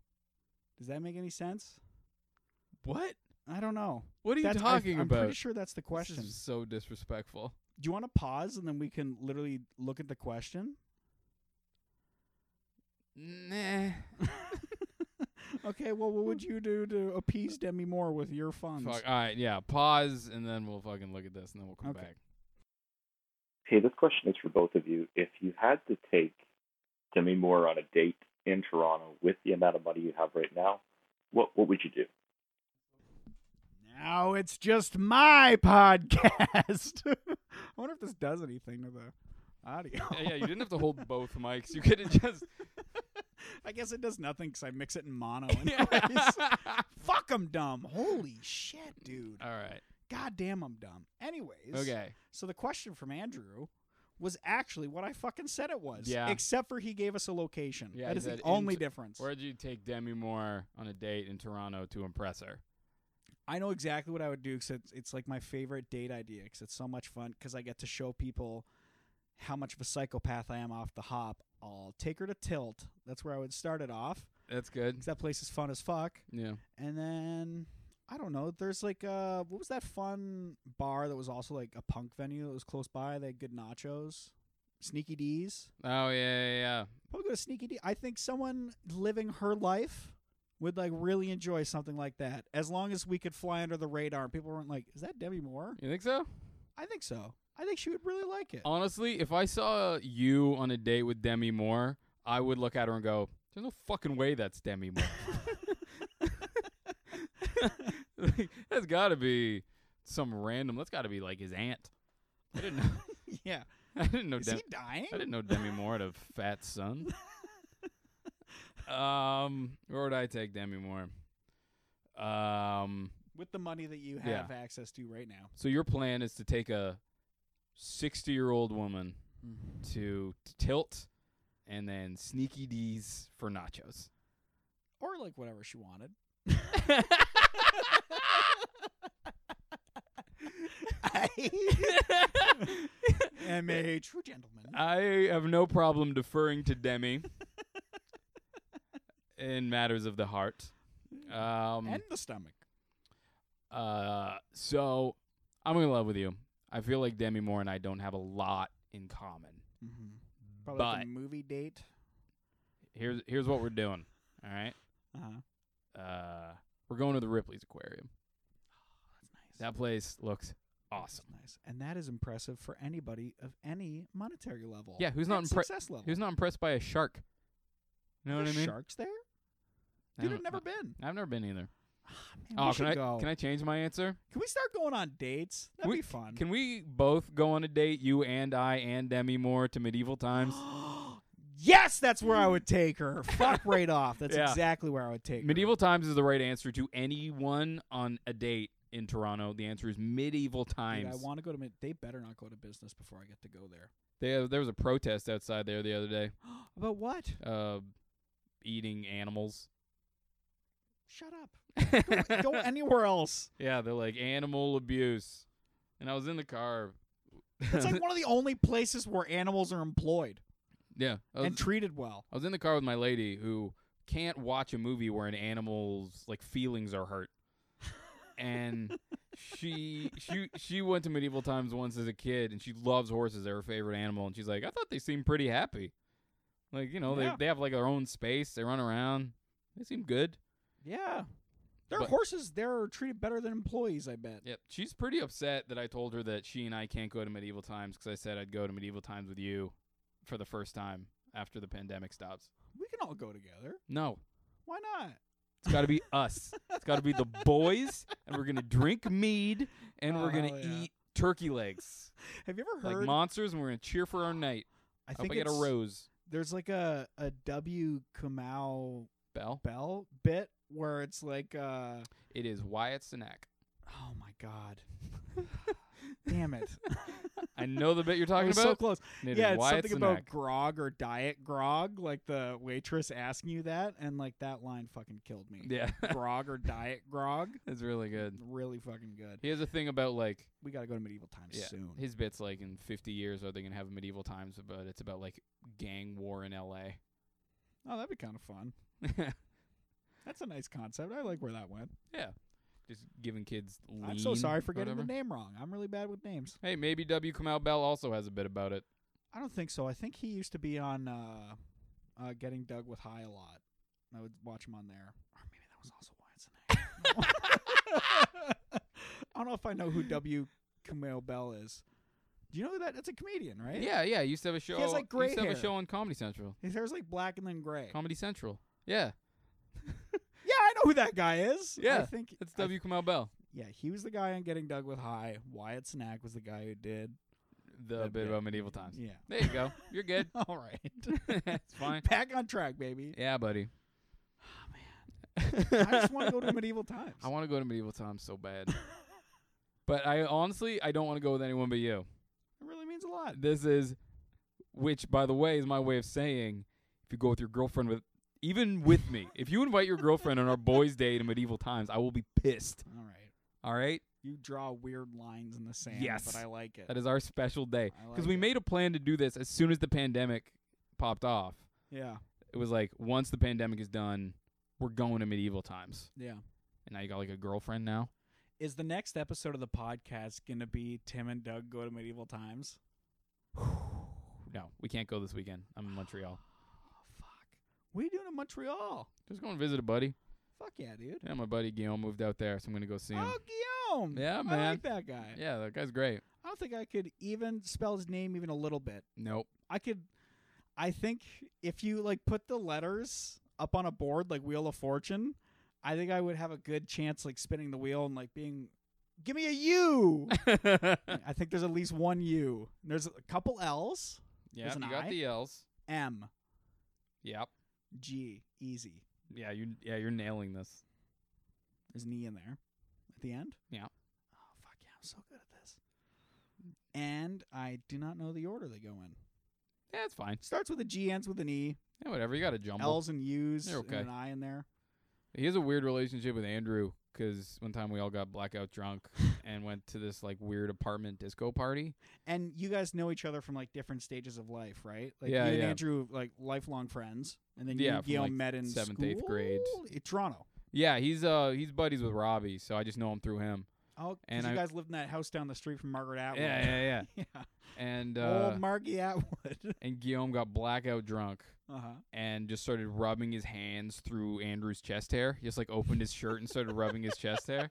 Does that make any sense? What? I don't know. What are you That's- I- talking I'm about? pretty sure that's the question. This is so disrespectful. Do you want to pause and then we can literally look at the <laughs> question? <laughs> Nah. Okay. Well, what would you do to appease Demi Moore with your funds? Fuck. All right. Yeah. Pause, and then we'll fucking look at this, and then we'll come Okay. back. Hey, this question is for both of you. If you had to take Demi Moore on a date in Toronto with the amount of money you have right now, what what would you do? Now it's just my podcast. <laughs> I wonder if this does anything to the <laughs> audio. <laughs> Yeah, yeah, you didn't have to hold both mics. You could have just. I guess it does nothing because I mix it in <laughs> mono. Yeah. <laughs> Anyways. Fuck, I'm dumb. Holy shit, dude. All right. God damn, I'm dumb. Anyways. Uh, Okay. So the question from Andrew was actually what I fucking said it was. Yeah. Except for he gave us a location. Yeah, that he is the said only in- difference. Where'd you take Demi Moore on a date in Toronto to impress her? I know exactly what I would do because it's, it's like my favorite date idea because it's so much fun because I get to show people how much of a psychopath I am off the hop. I'll take her to Tilt. That's where I would start it off That's good. because that place is fun as fuck. Yeah. And then I don't know. There's like uh, what was that fun bar that was also like a punk venue that was close by? They had good nachos, Sneaky D's. Oh yeah, yeah, yeah. Probably go to Sneaky D. I think someone living her life would like really enjoy something like that. As long as we could fly under the radar, and people weren't like, "Is that Debbie Moore?" You think so? I think so. I think she would really like it. Honestly, if I saw you on a date with Demi Moore, I would look at her and go, "There's no fucking way that's <laughs> Demi Moore." Like, <laughs> that's got to be some random. That's got to be like his aunt. <laughs> I didn't know. <laughs> yeah. I didn't know. Is Dem- he dying? I didn't <laughs> know Demi Moore had a fat son. um, where would I take Demi Moore? Um, With the money that you Yeah. have access to right now. so your plan is to take a sixty-year-old woman Mm-hmm. to, to tilt, and then sneaky D's for nachos. Or like whatever she <laughs> wanted. <laughs> I <laughs> am a true gentleman. I have no problem deferring to Demi in matters of the heart. Um, and the stomach. Uh, so I'm in love with you. I feel like Demi Moore and I don't have a lot in common. Mm-hmm. Probably like but a movie date. here's here's what we're doing. All right. Uh-huh. Uh, we're going to the Ripley's Aquarium. That's nice. That place looks awesome. Nice. And that is impressive for anybody of any monetary level. Yeah, who's not and impre- success level? Who's not impressed by a shark? You know what I There's mean? Sharks there? I Dude, don't- I've never been. Ah, I've never been either. Man, we oh, should can I go. can I change my answer? Can we start going on dates? That'd We- be fun. Can we both go on a date, you and I and Demi Moore, to <gasps> medieval times? yes, that's where I would take her. <laughs> Fuck right off. That's Yeah. exactly where I would take Medieval times is the right answer to anyone on a date in Toronto. The answer is medieval her. Dude, times. I want to go to. Med- they better not go to business before I get to go there. <gasps> They, there was a protest outside there the other day. About what? Uh, eating animals. Shut up. <laughs> <laughs> Go, go anywhere else. yeah, they're like animal abuse. And I was in the car. That's <laughs> like one of the only places where animals are employed yeah, I was, and treated well. I was in the car with my lady who can't watch a movie where an animal's like feelings are hurt. And she she she went to medieval times once as a kid and she loves horses, they're her favorite animal, and she's like, I thought they seemed pretty happy. Like, you know, Yeah. they they have like their own space, they run around. They seem good. Yeah. Their But- horses there are treated better than employees, I bet. Yep. She's pretty upset that I told her that she and I can't go to medieval times because I said I'd go to medieval times with you for the first time after the pandemic stops. We can all go together. No, Why not? it's got to be us. It's got to be the boys, and we're gonna drink mead, and we're Oh, gonna yeah. eat turkey legs Have you ever like heard? monsters, and we're gonna cheer for our night. I Hope think I get a it's- rose. There's like a a W Kamau Bell. Bell bit where it's like, uh, It is Wyatt Sinek. oh my god, <laughs> damn it! <laughs> I know the bit you're <laughs> talking I was so about. close. and it is yeah, it's Wyatt something about Cenac. grog or diet grog, like the waitress asking you that, and like that line fucking killed me. Yeah, <laughs> grog or diet grog, that's really <laughs> good. really fucking good. He has a thing about like We gotta go to medieval times Yeah. soon. His bit's like in 50 years are they going to have medieval times but it's about like gang war in LA. Oh, that'd be kind of fun. That's a nice concept. I like where that went. <laughs> Just giving kids lean. I'm so sorry for or getting the whatever. name wrong. I'm really bad with names. Hey, maybe W Kamau Bell also has a bit about it. I don't think so. I think he used to be on uh, uh, Getting Doug with High a lot. I would watch him on there. Or maybe that was also Wyatt Cenac. <laughs> I don't know if I know who W. Camille Bell is. Do you know who that? That's a comedian, right? Yeah, yeah, he used to have a show. has, like, he used gray to have a hair. Eh. show on Comedy Central. His hair's like black and then gray. Comedy Central. Yeah. yeah, I know who that guy is. I Yeah, think That's I- W. Kamau Bell. yeah, he was the guy on Getting Dug with High. Wyatt Snack was the guy who did. The That bit bit. about medieval times. Yeah. There you go. <laughs> You're good. <laughs> All right. it's fine. Back on track, baby. Yeah, buddy. Oh, I just want to <laughs> go to medieval times. <laughs> I want to go to medieval times so bad. but I honestly, I don't want to go with anyone but you. it really means a lot. This is, which by the way is my way of saying, if you go with your girlfriend with, even with me, if you invite your girlfriend on our boys' day to medieval times, I will be pissed. All right. All right, You draw weird lines in the sand, Yes. but I like it. that is our special day I because like we it. made a plan to do this as soon as the pandemic popped off. Yeah. It was like once the pandemic is done, we're going to medieval times. Yeah. And now you got like a girlfriend now. Is the next episode of the podcast going to be Tim and Doug go to medieval times? No, we can't go this weekend. I'm in <sighs> Montreal. Oh, fuck. What are you doing in Montreal? Just going to visit a buddy. Fuck yeah, dude. Yeah, my buddy Guillaume moved out there, so I'm gonna go see him. Oh, Guillaume. Yeah, I man. like that guy. Yeah, that guy's great. I don't think I could even spell his name even a little bit. Nope. I could. I think if you like put the letters up on a board like Wheel of Fortune, I think I would have a good chance like spinning the wheel and like being, give me a <laughs> U. <laughs> yeah, I think there's at least one U. There's a couple L's. There's an you got I. the L's. M Yep. G easy. Yeah, you yeah, you're nailing this. There's an E in there at the end. Yeah. Oh fuck yeah! I'm so good at this. And I do not know the order they go in. Yeah, it's fine. Starts with a G, ends with an E. Yeah, whatever. You got a jumble. L's and U's You're okay. and an I in there. He has a weird relationship with Andrew because one time we all got blackout drunk and went to this like weird apartment disco party. and you guys know each other from like different stages of life, right? Like Yeah, you and yeah. Andrew, like lifelong friends, and then you Yeah, and from, Gail like, met in seventh, eighth grade. school? in Toronto. Yeah, he's uh he's buddies with Robbie, so I just know him through him. Oh, 'cause And you I- guys lived in that house down the street from Margaret Atwood. <laughs> Yeah, yeah, yeah. yeah. And uh, Old Margie Atwood. <laughs> and Guillaume got blackout drunk. uh huh. and just started rubbing his hands through Andrew's chest hair. He just like opened his shirt and started rubbing his chest hair.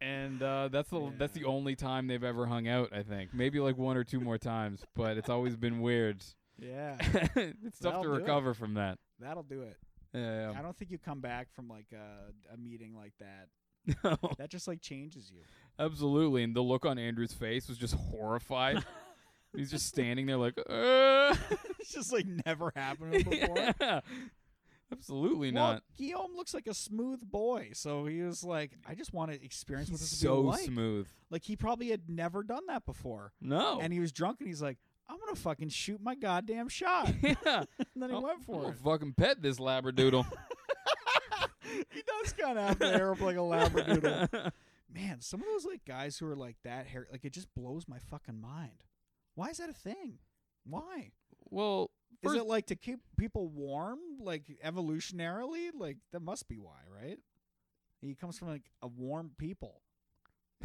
And uh, that's the that's the Yeah. only time they've ever hung out. I think maybe like one or two more times, but it's always been weird. Yeah, <laughs> it's tough That'll to do it. recover from that. that'll do it. Yeah, I don't think you come back from like a, a meeting like that. yeah. <laughs> No, That just like changes you. absolutely. And the look on Andrew's face was just horrified. He's just standing there like, uh. <laughs> it's just like never <laughs> happened to him before. Yeah. absolutely Well, not. Guillaume looks like a smooth boy, so he was like, "I just want to experience what He's this would so be like." smooth. Like he probably had never done that before. No, And he was drunk and he's like, I'm gonna fucking shoot my goddamn shot. <laughs> <laughs> and yeah. then he I'm- went I'm for gonna it. fucking pet this labradoodle. <laughs> he does kind of have an air of like a <laughs> <laughs> labradoodle. Man, some of those like guys who are like that hair, like it just blows my fucking mind. Why is that a thing? Why well, is First- it like to keep people warm, like evolutionarily? Like that must be why, right? He comes from like a warm people.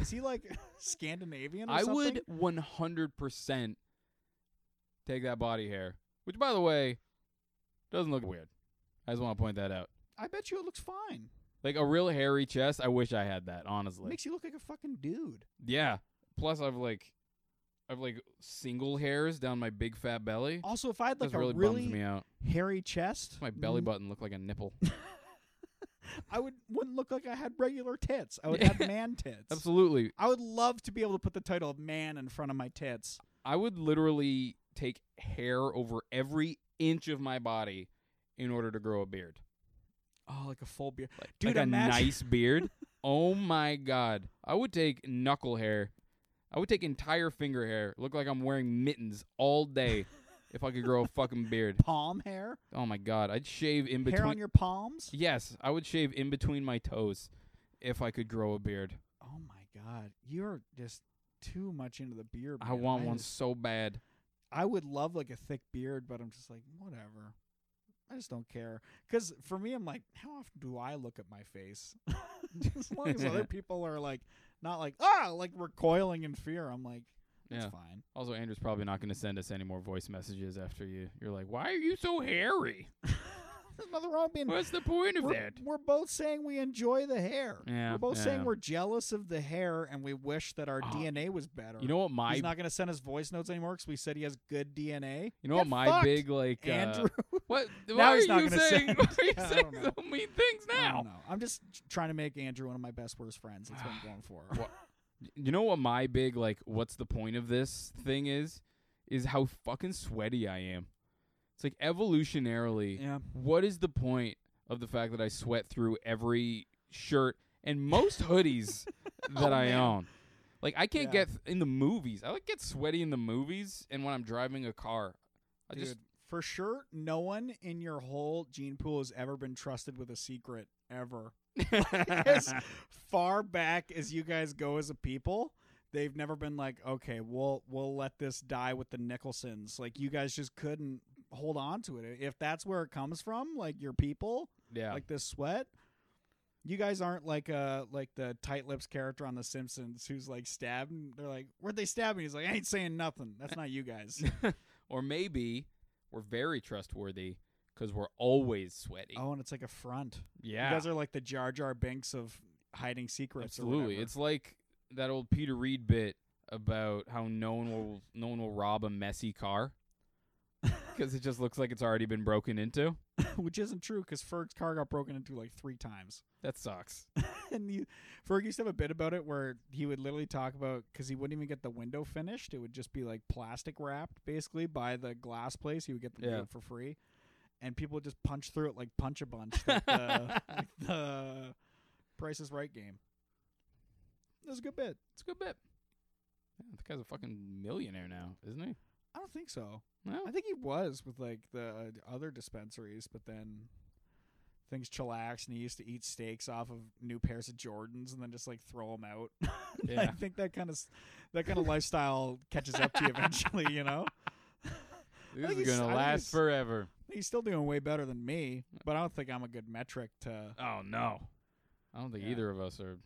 Is he like <laughs> Scandinavian? Or I something? would 100% take that body hair, which, by the way, doesn't look weird. I just want to point that out. I bet you it looks fine. Like a real hairy chest, I wish I had that, honestly. Makes you look like a fucking dude. yeah. Plus, I've like, I've like single hairs down my big fat belly. Also, if I had Oh, like This a really, bums me really out. hairy chest, My belly mm, button looked like <laughs> a nipple. I would wouldn't look like I had regular tits. <laughs> I would have man tits. Absolutely. I would love to be able to put the title of man in front of my tits. I would literally take hair over every inch of my body in order to grow a beard. Oh, like a full beard, Like, dude. like imagine a nice <laughs> beard. oh my god. I would take knuckle hair. I would take entire finger hair. Look like I'm wearing mittens all <laughs> day if I could grow a fucking beard. palm hair, Oh my god. I'd shave in between hair on your palms. Yes, I would shave in between my toes if I could grow a beard. Oh my god, you're just too much into the beard. I want one Just, so bad. I would love like a thick beard, but I'm just like whatever. I just don't care because for me, I'm like, how often do I look at my face? <laughs> as long as <laughs> other people are like not like ah like recoiling in fear, I'm like it's Yeah. fine. <laughs> Also, Andrew's probably not going to send us any more voice messages after you. You're like, "Why are you so hairy? There's nothing wrong with being. What's the point of we're, that?" we're both saying we enjoy the hair. Yeah, we're both saying yeah. we're jealous of the hair and we wish that our Oh, DNA was better. You know what my he's not going to send us voice notes anymore because we said he has good DNA. you know Get what my fucked, big like <laughs> uh, Andrew. <laughs> What? Now why he's are not you gonna saying? say it. <laughs> Why are you <laughs> I saying don't know. so mean things I now? don't know. I'm just trying to make Andrew one of my best worst friends. <sighs> That's what I'm going for. Wha- You know what my big like what's the point of this thing is is how fucking sweaty I am. It's like evolutionarily Yeah. what is the point of the fact that I sweat through every shirt and most <laughs> hoodies Oh, that I man. own? Like I can't Yeah. get th- in the movies. I like get sweaty in the movies and when I'm driving a car. I Dude, just <laughs> for sure, no one in your whole gene pool has ever been trusted with a secret ever. <laughs> <laughs> as far back as you guys go as a people, they've never been like, okay, we'll we'll let this die with the Nicholsons. Like you guys just couldn't hold on to it. If that's where it comes from, like your people, yeah. like this sweat. You guys aren't like uh like the tight lips character on The Simpsons who's like stabbed. And they're like, where'd they stab me? He's like, I ain't saying nothing. That's not you <laughs> guys. or maybe we're very trustworthy cuz we're always sweaty. oh, and it's like a front. yeah. You guys are like the Jar Jar Binks of hiding secrets. or Absolutely, whatever. it's like that old Peter Reed bit about how no one will no one will rob a messy car because it just looks like it's already been broken into. <laughs> which isn't true because Ferg's car got broken into like three times. That sucks. and you, Ferg used to have a bit about it where he would literally talk about because he wouldn't even get the window finished. It would just be like plastic wrapped basically by the glass place. He would get the Yeah. window for free, and people would just punch through it like punch a bunch, like <laughs> the, like the Price is Right game. That was a good bit. It's a good bit. Yeah, the guy's a fucking millionaire now, isn't he? I don't think so. No, I think he was with like the uh, other dispensaries, but then things chillaxed and he used to eat steaks off of new pairs of Jordans and then just like throw them out. <laughs> I Yeah. think that kind of that kind of lifestyle catches up to you eventually, you know. <laughs> this think is he's- I gonna think last he's- forever. He's still doing way better than me, but I don't think I'm a good metric to Oh no, I don't think Yeah. either of us are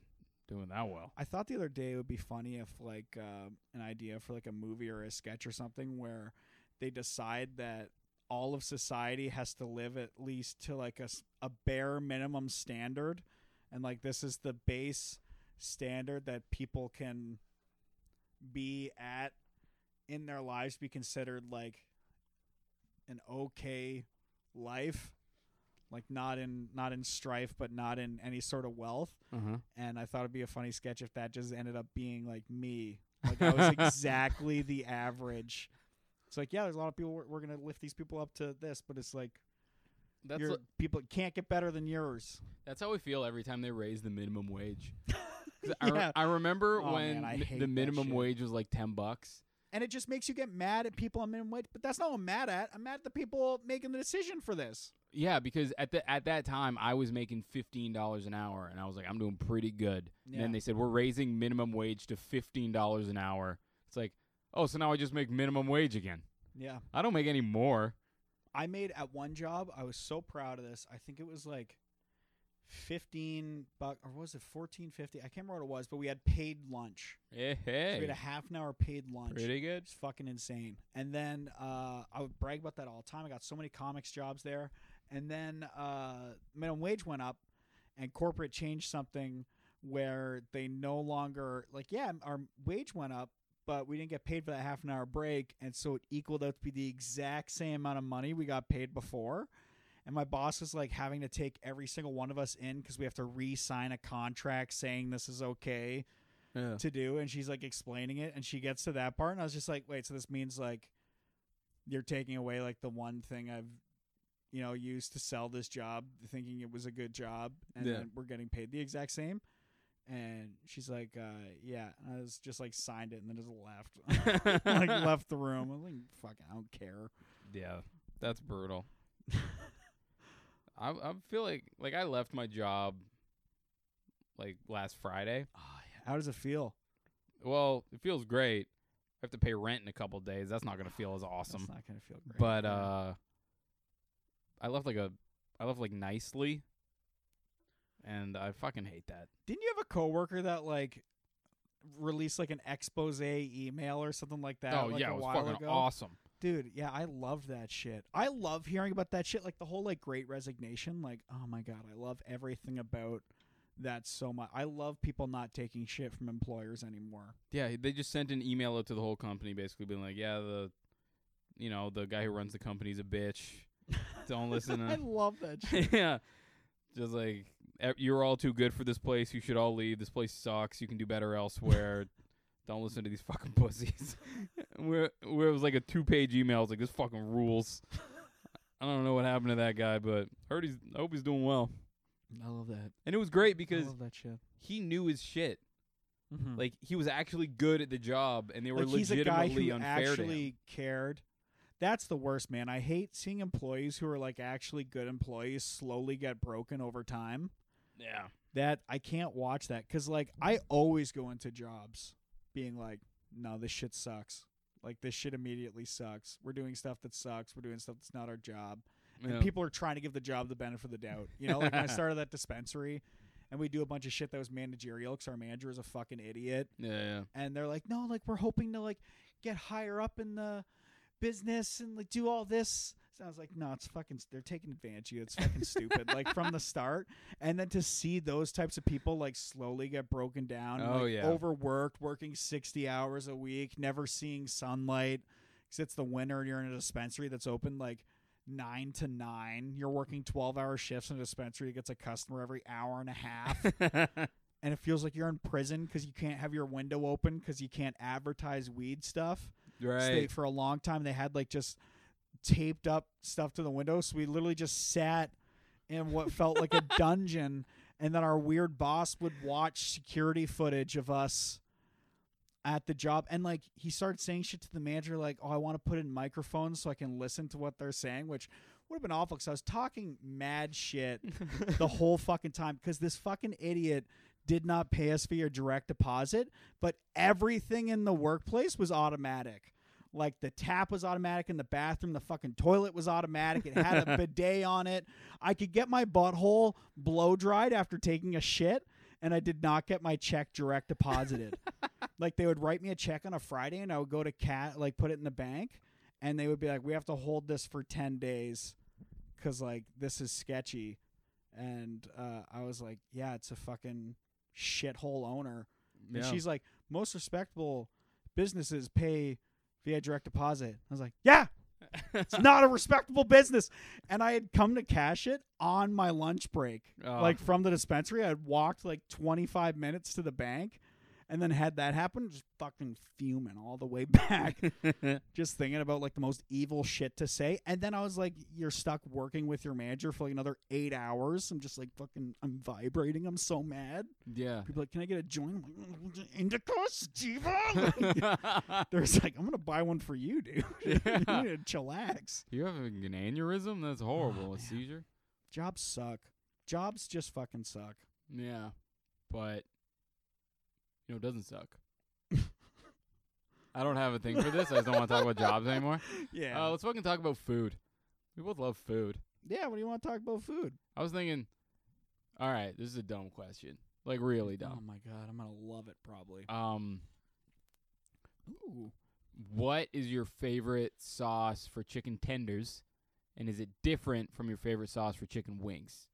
doing that well. I thought the other day it would be funny if like uh, an idea for like a movie or a sketch or something where they decide that all of society has to live at least to like a, s- a bare minimum standard and like this is the base standard that people can be at in their lives be considered like an okay life like not in not in strife but not in any sort of wealth Uh-huh. and I thought it'd be a funny sketch if that just ended up being like me. Like I was <laughs> exactly the average. It's like, yeah, there's a lot of people. We're, we're gonna lift these people up to this, but it's like That's your li- people can't get better than yours. that's how we feel every time they raise the minimum <laughs> wage. 'Cause I, re- yeah, I remember Oh, when man, I mi- hate the that minimum shit. wage was like ten bucks, and it just makes you get mad at people on minimum wage. But that's not what I'm mad at. I'm mad at the people making the decision for this. Yeah, because at the at that time I was making fifteen dollars an hour, and I was like, I'm doing pretty good. And Yeah. then they said we're raising minimum wage to fifteen dollars an hour. It's like, oh, so now I just make minimum wage again. Yeah, I don't make any more. I made at one job. I was so proud of this. I think it was like fifteen buck or was it fourteen fifty? I can't remember what it was, but we had paid lunch. Hey, So we Eh, hey, had a half an hour paid lunch. pretty good. It's fucking insane. And then uh, I would brag about that all the time. I got so many comics jobs there. And then uh, minimum wage went up, and corporate changed something where they no longer like yeah our wage went up, but we didn't get paid for that half an hour break, and so it equaled out to be the exact same amount of money we got paid before. And my boss was like having to take every single one of us in because we have to re-sign a contract saying this is okay Yeah. to do and she's like explaining it and she gets to that part and I was just like, wait, so this means like you're taking away like the one thing I've you know used to sell this job thinking it was a good job and Yeah. then we're getting paid the exact same. And she's like, uh, yeah. And I was just like signed it and then just left. <laughs> <laughs> like left the room. I'm like, fuck, I don't care. Yeah, that's brutal. I I feel like like I left my job like last Friday. Oh, yeah. How does it feel? Well, it feels great. I have to pay rent in a couple days. That's not gonna feel as awesome. It's not gonna feel great. but Yeah. uh i left like a i left like nicely and i fucking hate that Didn't you have a coworker that like released like an expose email or something like that? oh like, yeah a it was while fucking ago? awesome dude. Yeah, I love that shit. I love hearing about that shit. Like the whole like Great Resignation. Like, oh my god, I love everything about that so much. I love people not taking shit from employers anymore. yeah they just sent an email out to the whole company basically being like yeah the you know the guy who runs the company's a bitch <laughs> Don't listen <laughs> I to love that shit. <laughs> yeah. Just like "E- you're all too good for this place. You should all leave. This place sucks. You can do <laughs> better elsewhere. Don't listen to these fucking pussies. <laughs> where where it was like a two page email. It's like this fucking rules. I don't know what happened to that guy, but heard he's I hope he's doing well. I love that. And it was great I because love that shit. he knew his shit. Mhm. Like he was actually good at the job, and they were Like, he's a guy legitimately who unfair to him. actually cared. That's the worst, man. I hate seeing employees who are like actually good employees slowly get broken over time. Yeah. That I can't watch that because like I always go into jobs being like, no, this shit sucks. Like this shit immediately sucks. We're doing stuff that sucks. We're doing stuff that's not our job. yeah. and people are trying to give the job the benefit of the doubt. You know, like when I started that dispensary and we do a bunch of shit that was managerial because our manager is a fucking idiot. yeah, yeah. And they're like, no, like we're hoping to like get higher up in the business and like do all this. So I was like, no, it's fucking, they're taking advantage of you. It's fucking stupid. Like from the start. And then to see those types of people like slowly get broken down, and, Oh, like, yeah. overworked, working 60 hours a week, never seeing sunlight because it's the winter and you're in a dispensary that's open like nine to nine. You're working 12 hour shifts in a dispensary that gets a customer every hour and a half. and it feels like you're in prison because you can't have your window open because you can't advertise weed stuff. So they- <laughs> right. for a long time, they had like just taped up stuff to the window. So we literally just sat in what felt like a dungeon. And then our weird boss would watch security footage of us at the job. And like he started saying shit to the manager, like, oh, I want to put in microphones so I can listen to what they're saying, which would have been awful because I was talking mad shit <laughs> the whole fucking time because this fucking idiot did not pay us for your direct deposit, but everything in the workplace was automatic. Like the tap was automatic in the bathroom, the fucking toilet was automatic. It had a bidet on it. I could get my butthole blow dried after taking a shit, and I did not get my check direct deposited. like they would write me a check on a Friday, and I would go to cat like put it in the bank, and they would be like, "We have to hold this for ten days, because like this is sketchy." And uh, I was like, "Yeah, it's a fucking shithole owner." And Yeah. she's like, most respectable businesses pay via direct deposit. I was like, yeah, it's not a respectable business. And I had come to cash it on my lunch break. Oh. Like from the dispensary, I had walked like 25 minutes to the bank and then had that happen, just fucking fuming all the way <laughs> <laughs> back, just thinking about like the most evil shit to say. And then I was like, you're stuck working with your manager for like another eight hours. I'm just like fucking, I'm vibrating. I'm so mad. <laughs> yeah. People are like, can I get a joint? I'm like, "Mm, indica, sativa. Like, <laughs> they're just like, I'm gonna buy one for you, dude. <laughs> Yeah. you need to chillax. <laughs> You have an aneurysm? That's Oh, horrible. a man. seizure? Jobs suck. Jobs just fucking <laughs> suck. Yeah. But you know, it <laughs> doesn't suck. I don't have a thing for this. I just don't want to talk about jobs anymore. <laughs> Yeah. Uh, let's fucking talk about food. We both love food. yeah. What do you want to talk about? Food. I was thinking, all right, this is a dumb question. Like really Oh dumb. my god, I'm gonna love it probably. Um, Ooh. what is your favorite sauce for chicken tenders, and is it different from your favorite sauce for chicken wings?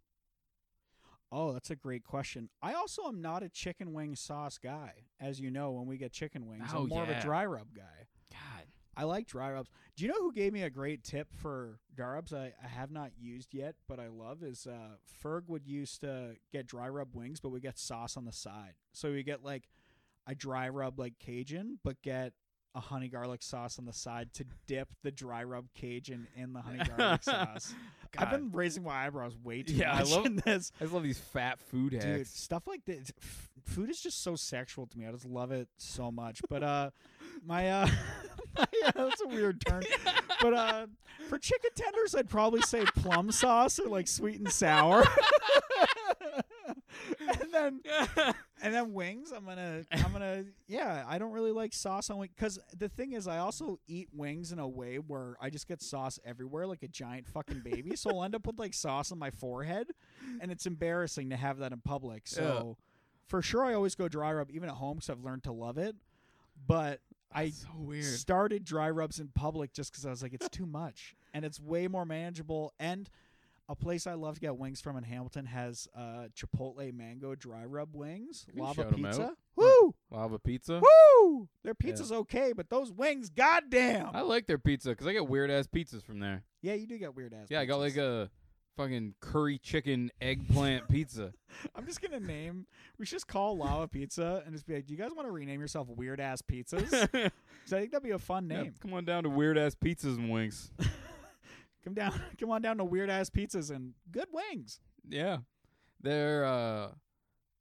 Oh, that's a great question. I also am not a chicken wing sauce guy, as you know. When we get chicken wings, Oh, I'm more of yeah. a dry rub guy. God, I like dry rubs. Do you know who gave me a great tip for dry rubs I, I have not used yet, but I love is uh, Ferg would used to get dry rub wings, but we get sauce on the side. So we get like a dry rub like Cajun, but get a honey garlic sauce on the side to dip the dry rub Cajun in the honey <laughs> garlic sauce. I've God. been raising my eyebrows way too Yeah, I much love- in this. I just love these fat food hacks. Dude, stuff like this. F- food is just so sexual to me. I just love it so much. But uh, my uh, <laughs> yeah, that's a weird turn. But uh, for chicken tenders, I'd probably say plum sauce or like sweet and sour. <laughs> and <laughs> then <laughs> and then wings. I'm gonna I'm gonna yeah. I don't really like sauce on wings because the thing is, I also eat wings in a way where I just get sauce everywhere like a giant fucking baby. so I'll end up with like sauce on my forehead, and it's embarrassing to have that in public. So for sure, I always go dry rub even at home because I've learned to love it. But I so weird. started dry rubs in public just because I was like, it's too much and it's way more manageable. And A place I love to get wings from in Hamilton has uh, Chipotle mango dry rub wings, You can lava shout 'em pizza. out. uh, Woo! Lava pizza. Woo! Their pizza's okay, but those wings, goddamn. I like their pizza because I get weird ass pizzas from there. yeah, you do get weird ass. Yeah, I got pizzas. like a fucking curry chicken <laughs> eggplant pizza. I'm just gonna name. We should just call Lava Pizza and just be like, "Do you guys want to rename yourself Weird Ass <laughs> Pizzas?" so Yeah, I think that'd be a fun name. <laughs> come on down to weird ass pizzas and wings. Come down, <laughs> come on down to Weird Ass Pizzas and good wings. Yeah, they're. uh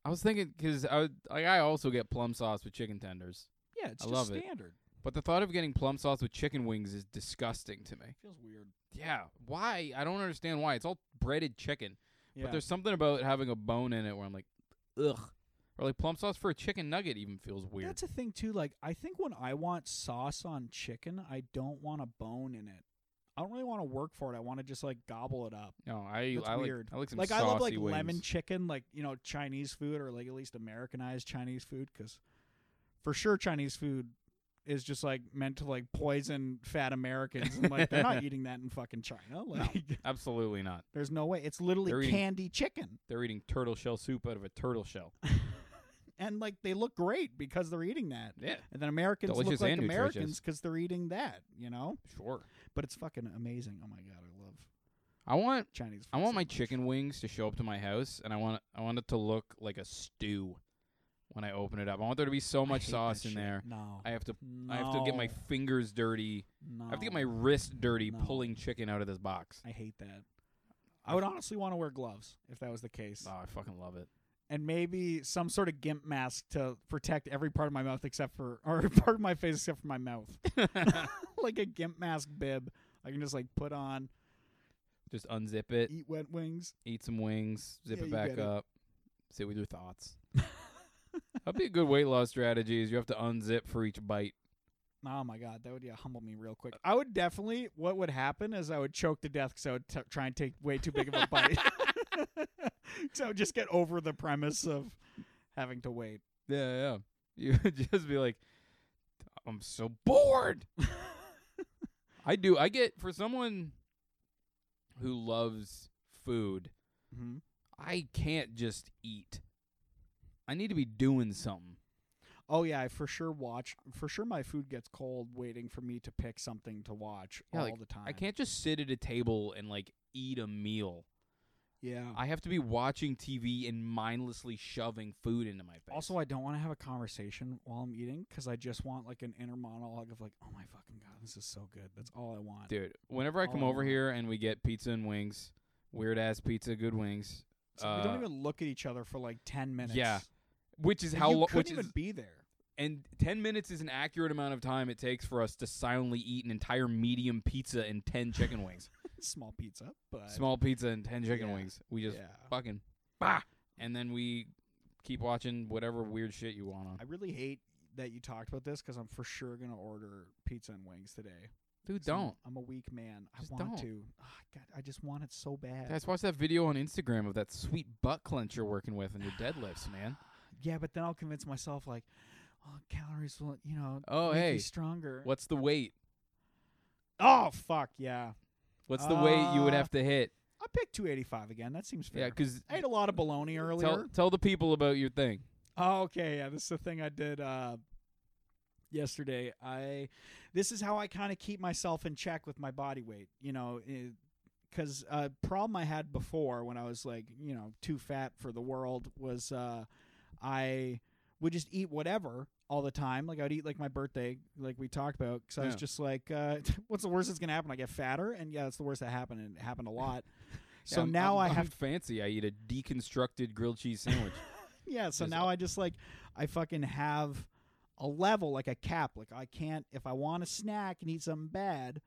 I was thinking because I would- like I also get plum sauce with chicken tenders, Yeah, it's I just love it. standard. but the thought of getting plum sauce with chicken wings is disgusting to me. Feels weird. Yeah, why? I don't understand why. It's all breaded chicken, Yeah. but there's something about having a bone in it where I'm like, ugh. Or like plum sauce for a chicken nugget even feels weird. That's a thing too. Like I think when I want sauce on chicken, I don't want a bone in it. I don't really want to work for it. I want to just like gobble it up. no, I That's I like, weird. I like some like I saucy love like wings. lemon chicken, like you know Chinese food or like at least Americanized Chinese food, because for sure Chinese food is just like meant to like poison fat Americans, and like they're <laughs> not eating that in fucking China. Like Absolutely not. there's no way. It's They're literally eating- candy chicken, They're eating turtle shell soup out of a turtle shell. <laughs> and like they look great because they're eating that, Yeah, and then Americans Delicious look like and nutritious. Americans because they're eating that. You know, sure. but it's fucking amazing. Oh my god, I love I want Chinese. food I want so my much. chicken wings to show up to my house, and I want I want it to look like a stew when I open it up. I want there to be so I much hate that sauce in shit. there. No. I have to I have to get my No. fingers dirty. no. I have to get my wrist dirty No. pulling chicken out of this box. I hate that. I would honestly want to wear gloves if that was the case, Oh, I fucking love it. and maybe some sort of gimp mask to protect every part of my mouth except for, <laughs> or every part of my face except for my mouth, <laughs> <laughs> like a gimp mask bib. I can just like put on, Just unzip it, eat wet wings. <laughs> eat some wings, zip Yeah, it you back get it. up, sit with your thoughts. That'd be a good weight loss strategy. Is you have to unzip for each bite. Oh my god, that would yeah, humble me real quick. I would definitely. What would happen is I would choke to death because I would t- try and take way too big of a bite. <laughs> so I would just get over the premise of having to wait. <laughs> Yeah, yeah. <laughs> You just be like, I'm so bored. I do. I get for someone who loves food, hmm I can't just eat. I need to be doing something. Oh yeah, I for sure watch. For sure, my food gets cold waiting for me to pick something to watch Yeah, all like, the time. I can't just sit at a table and like eat a meal. Yeah. <laughs> I have to be watching TV and mindlessly shoving food into my face. also, I don't want to have a conversation while I'm eating because I just want like an inner monologue of like, "Oh my fucking god, this is so good." That's all I want. dude, whenever I come Oh. over here and we get pizza and wings, weird ass pizza, good wings, So we don't uh, even look at each other for like ten minutes. yeah, which is And how you long, couldn't which even is be there. <laughs> and 10 minutes is an accurate amount of time it takes for us to silently eat an entire medium pizza and 10 chicken wings. Small pizza, but Small pizza and 10 chicken Uh, Yeah. wings. We just yeah. fucking bah! and then we keep watching whatever weird shit you want on. I really hate that you talked about this because I'm for sure gonna order pizza and wings today. Dude, 'Cause I'm- don't. I'm, a weak man. Just I want don't. to. Ah, god, I just want it so bad. Guys, watch that video on Instagram of that sweet butt clench you're working with on your deadlifts, man. Yeah, but then I'll convince myself like, well, calories will, you know, Oh, make you hey. stronger. What's the weight? Oh fuck yeah! What's the weight you would Uh, have to hit? I picked 285 again. That seems fair. Yeah, cuz I ate a lot of bologna earlier. tell, tell the people about your thing. Oh, okay, yeah, this is the thing I did uh, yesterday. I this is how I kind of keep myself in check with my body weight, you know, because a uh, problem I had before when I was like, you know, too fat for the world was uh, I would just eat whatever all the time. Like I'd eat like my birthday, like we talked about, because I was Yeah. just like, uh, <laughs> what's the worst that's gonna happen? I get fatter, and yeah, that's the worst that happened, and it happened a lot. So Yeah, I'm- now I'm- I have I'm fancy. I eat a deconstructed grilled <laughs> cheese sandwich. yeah, so Is- now I just like I fucking have a level like a cap. Like I can't if I want a snack and eat something bad,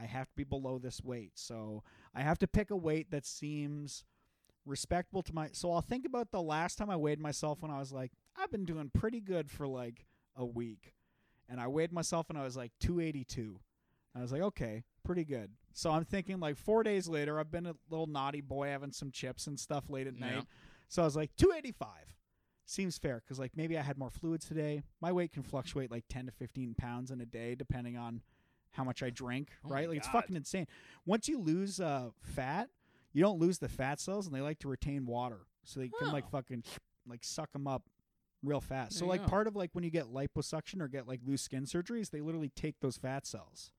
I have to be below this weight. So I have to pick a weight that seems respectable to my so I'll think about the last time I weighed myself when I was like, I've been doing pretty good for like a week. And I weighed myself and I was like two eighty two. I was like, okay, pretty good. So I'm thinking like four days later, I've been a little naughty boy having some chips and stuff late at Yeah. night. So I was like, 285 seems fair because like maybe I had more fluids today. My weight can fluctuate like 10 to 15 pounds in a day depending on how much I drink, Oh my right? Like it's God. fucking insane. Once you lose uh, fat, you don't lose the fat cells, and they like to retain water, so they can Oh. like fucking like suck them up real fast. There so you like go. part of like when you get liposuction or get like loose skin surgeries, they literally take those fat cells.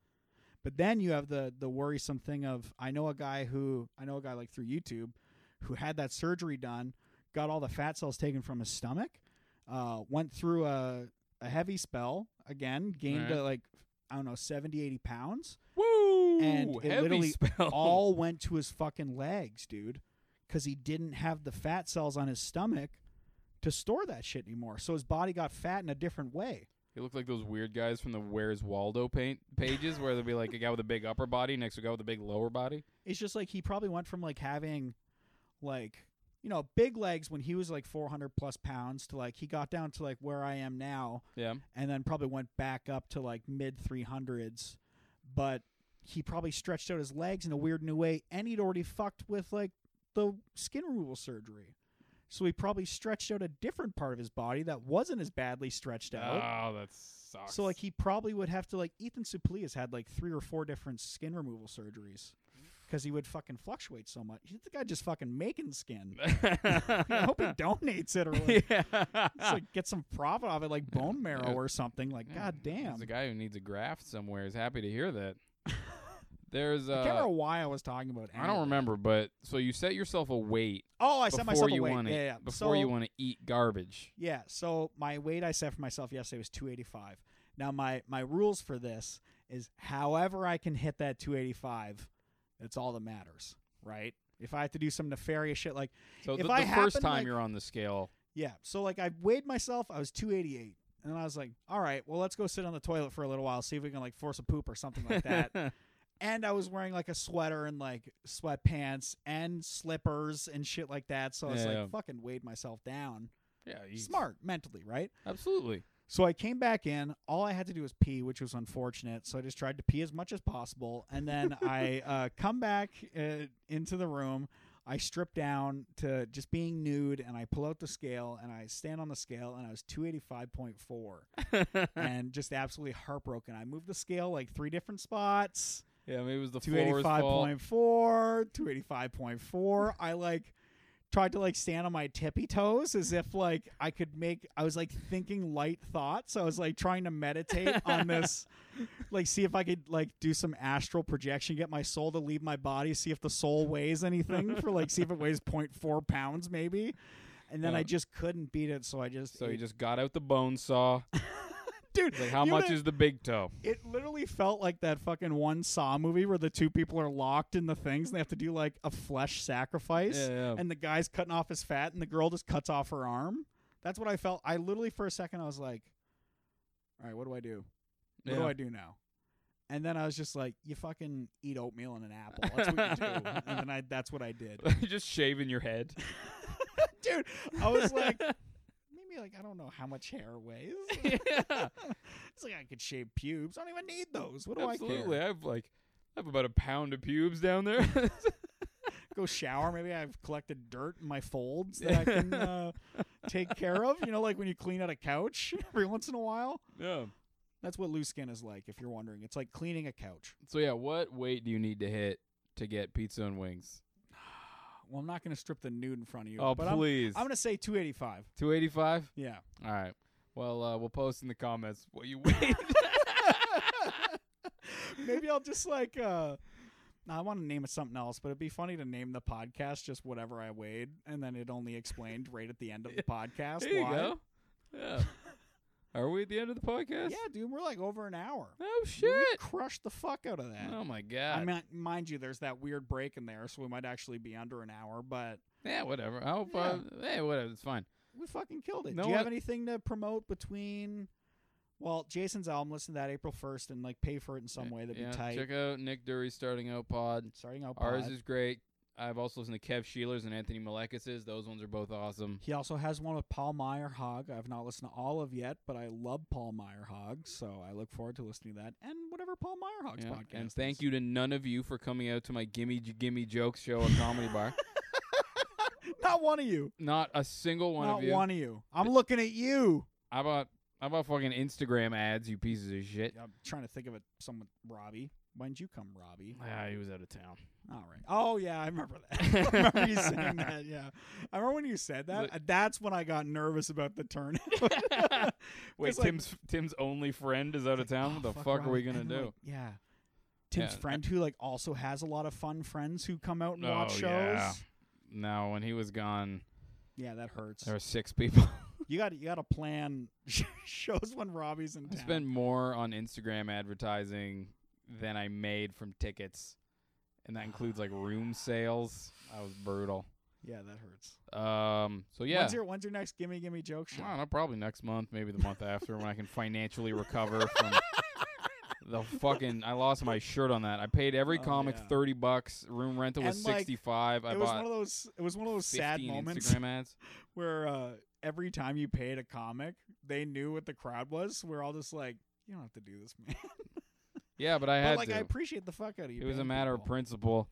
But then you have the the worrisome thing of I know a guy who I know a guy like through YouTube who had that surgery done, got all the fat cells taken from his stomach, uh, went through a a heavy spell again, gained Right. uh, like I don't know 70 80 pounds. Woo! And it Heavy literally spell. <laughs> All went to his fucking legs, dude, cuz he didn't have the fat cells on his stomach to store that shit anymore. So his body got fat in a different way. He looked like those weird guys from the Where's Waldo paint pages, where there'll be like a guy with a big upper body next to a guy with a big lower body. It's just like he probably went from like having like you know big legs when he was like 400 plus pounds to like he got down to like where I am now Yeah. and then probably went back up to like mid 300s but he probably stretched out his legs in a weird new way and he'd already fucked with like the skin removal surgery so he probably stretched out a different part of his body that wasn't as badly stretched out Oh, that sucks. <laughs> so like he probably would have to like Ethan Suplee has had like three or four different skin removal surgeries because he would fucking fluctuate so much. He's the guy just fucking making <laughs> skin. I hope he donates it or like, <laughs> yeah. just, like get some profit off it, like bone marrow Yeah. or something. Like god damn. Mm, There's a guy who needs a graft somewhere. Is happy to hear <laughs> that. There's I can't uh, remember why I was talking about. I any of don't that. remember, but so you set yourself a weight Oh, I set before myself you away. want to yeah, yeah. before so, you want to eat garbage. Yeah, so my weight I set for myself yesterday was 285. Now my my rules for this is however I can hit that 285, that's all that matters, right? If I have to do some nefarious shit like So If the, I the first happen, time like- you're on the scale, yeah, so like I weighed myself, I was 288. And I was like, all right, well, let's go sit on the toilet for a little while, see if we can like force a poop or something like <laughs> that. and I was wearing like a sweater and like sweatpants and slippers and shit like that. So I was Yeah. like, fucking weighed myself down. yeah, you, Smart mentally, right? absolutely. So I came back in. All I had to do was pee, which was unfortunate. So I just tried to pee as much as possible. And then I uh, come back uh, into the room. I strip down to just being nude and I pull out the scale and I stand on the scale and I was 285.4 and just absolutely heartbroken. I moved the scale like three different spots Yeah, maybe it was the floor's fault. 285.4, 285.4. I like tried to like stand on my tippy toes as if like I could make I was like thinking light thoughts. I was like trying to meditate on <laughs> this like see if I could like do some astral projection, get my soul to leave my body, see if the soul weighs anything for like see if it weighs 0.4 pounds maybe. And then Yeah. I just couldn't beat it, so I just So you ate- just got out the bone saw. dude. It's Like, <laughs> how you much would- is the <laughs> big toe? It literally felt like that fucking one Saw movie where the two people are locked in the things and they have to do like a flesh sacrifice. Yeah, yeah. And the guy's cutting off his fat and the girl just cuts off her arm. That's what I felt. I literally, for a second, I was like, all right, what do I do? What do <laughs> Yeah. I do now? And then I was just like, you fucking eat oatmeal and an <laughs> apple. That's what you do. and then I, that's what I did. just shaving your head. <laughs> Dude, I was <laughs> like, maybe like, I don't know how much hair weighs. yeah, <laughs> it's like I could shave pubes. I don't even need those. What do I care? absolutely. I have like, I have about a pound of pubes down there. <laughs> go shower. Maybe I've collected dirt in my folds that I <laughs> can uh, take care of. You know, like when you clean out a couch <laughs> every once in a while. yeah. That's what loose skin is like, if you're wondering. It's like cleaning a couch. <sighs> So yeah, what weight do you need to hit to get pizza and wings? Well, I'm not going to strip the nude in front of you. oh but please, I'm, I'm going to say 285. two eighty five. <laughs> Yeah. <laughs> All right. Well, uh, we'll post in the comments what <laughs> you weighed. Maybe I'll just like. uh no, I want to name it something else, but it'd be funny to name the podcast just whatever I weighed, and then it only explained right at the end <laughs> of the podcast there you why. go. <laughs> Yeah. Are we at the end of the podcast? Yeah, dude, we're like over an hour. Oh Dude, shit. we crushed the fuck out of that. Oh my god. I mean, mind you, there's that weird break in there, so we might actually be under an hour, but yeah, whatever. I hope. Yeah. Uh, hey, whatever. It's fine. we fucking killed it. No Do you have one- anything to promote between? Well, Jason's album, listen to that April first, and like pay for it in some way. That'd yeah, be tight. Check out Nick Dury's starting out pod. Starting out, Ours pod. is great. I've also listened to Kev Sheeler's and Anthony Malekis's. Those ones are both awesome. He also has one with Paul Meyerhog. I've not listened to all of yet, but I love Paul Meyerhog, so I look forward to listening to that and whatever Paul Meyerhog's Yeah, podcast. And thank you to none of you for coming out to my Gimme J- Gimme Jokes show at Comedy <laughs> Bar. you. Not one of you. Not a single one not of you. one of you. I'm looking at you. How about how about fucking Instagram ads, you pieces of shit? I'm trying to think of it. Someone, Robbie. When'd you come, <laughs> Robbie? Ah, he was out of town. All right. Oh yeah, I remember that. <laughs> I remember you saying that. Yeah, I remember when you said that. Look- Uh, That's when I got nervous about the turn. <laughs> <laughs> Wait, It's like- "Oh, Tim's Tim's only friend is out of town. What the fuck, are we <laughs> gonna do? yeah, Tim's Yeah. friend who like also has a lot of fun friends who come out and watch Oh, shows. yeah. No, when he was gone, Yeah, that hurts. there <laughs> were six people. You got to you got to plan <laughs> shows when Robbie's in I town. spent more on Instagram advertising than I made from tickets, and that includes like <sighs> room sales. That was brutal. yeah, that hurts. Um, so yeah, When's your When's your next gimme gimme joke show? I don't know, probably next month, maybe the month after, when I can financially recover <laughs> from the fucking. I lost my shirt on that. I paid every Oh, comic yeah. thirty bucks. Room rental was And, like, sixty five. I it was bought one of those. It was one of those sad fifteen moments Instagram ads. where uh, every time you paid a comic, they knew what the crowd was. We're all just like, you don't have to do this, man. Yeah, but <laughs> I but had like, to. I appreciate the fuck out of you. it was a paying matter of people. principle.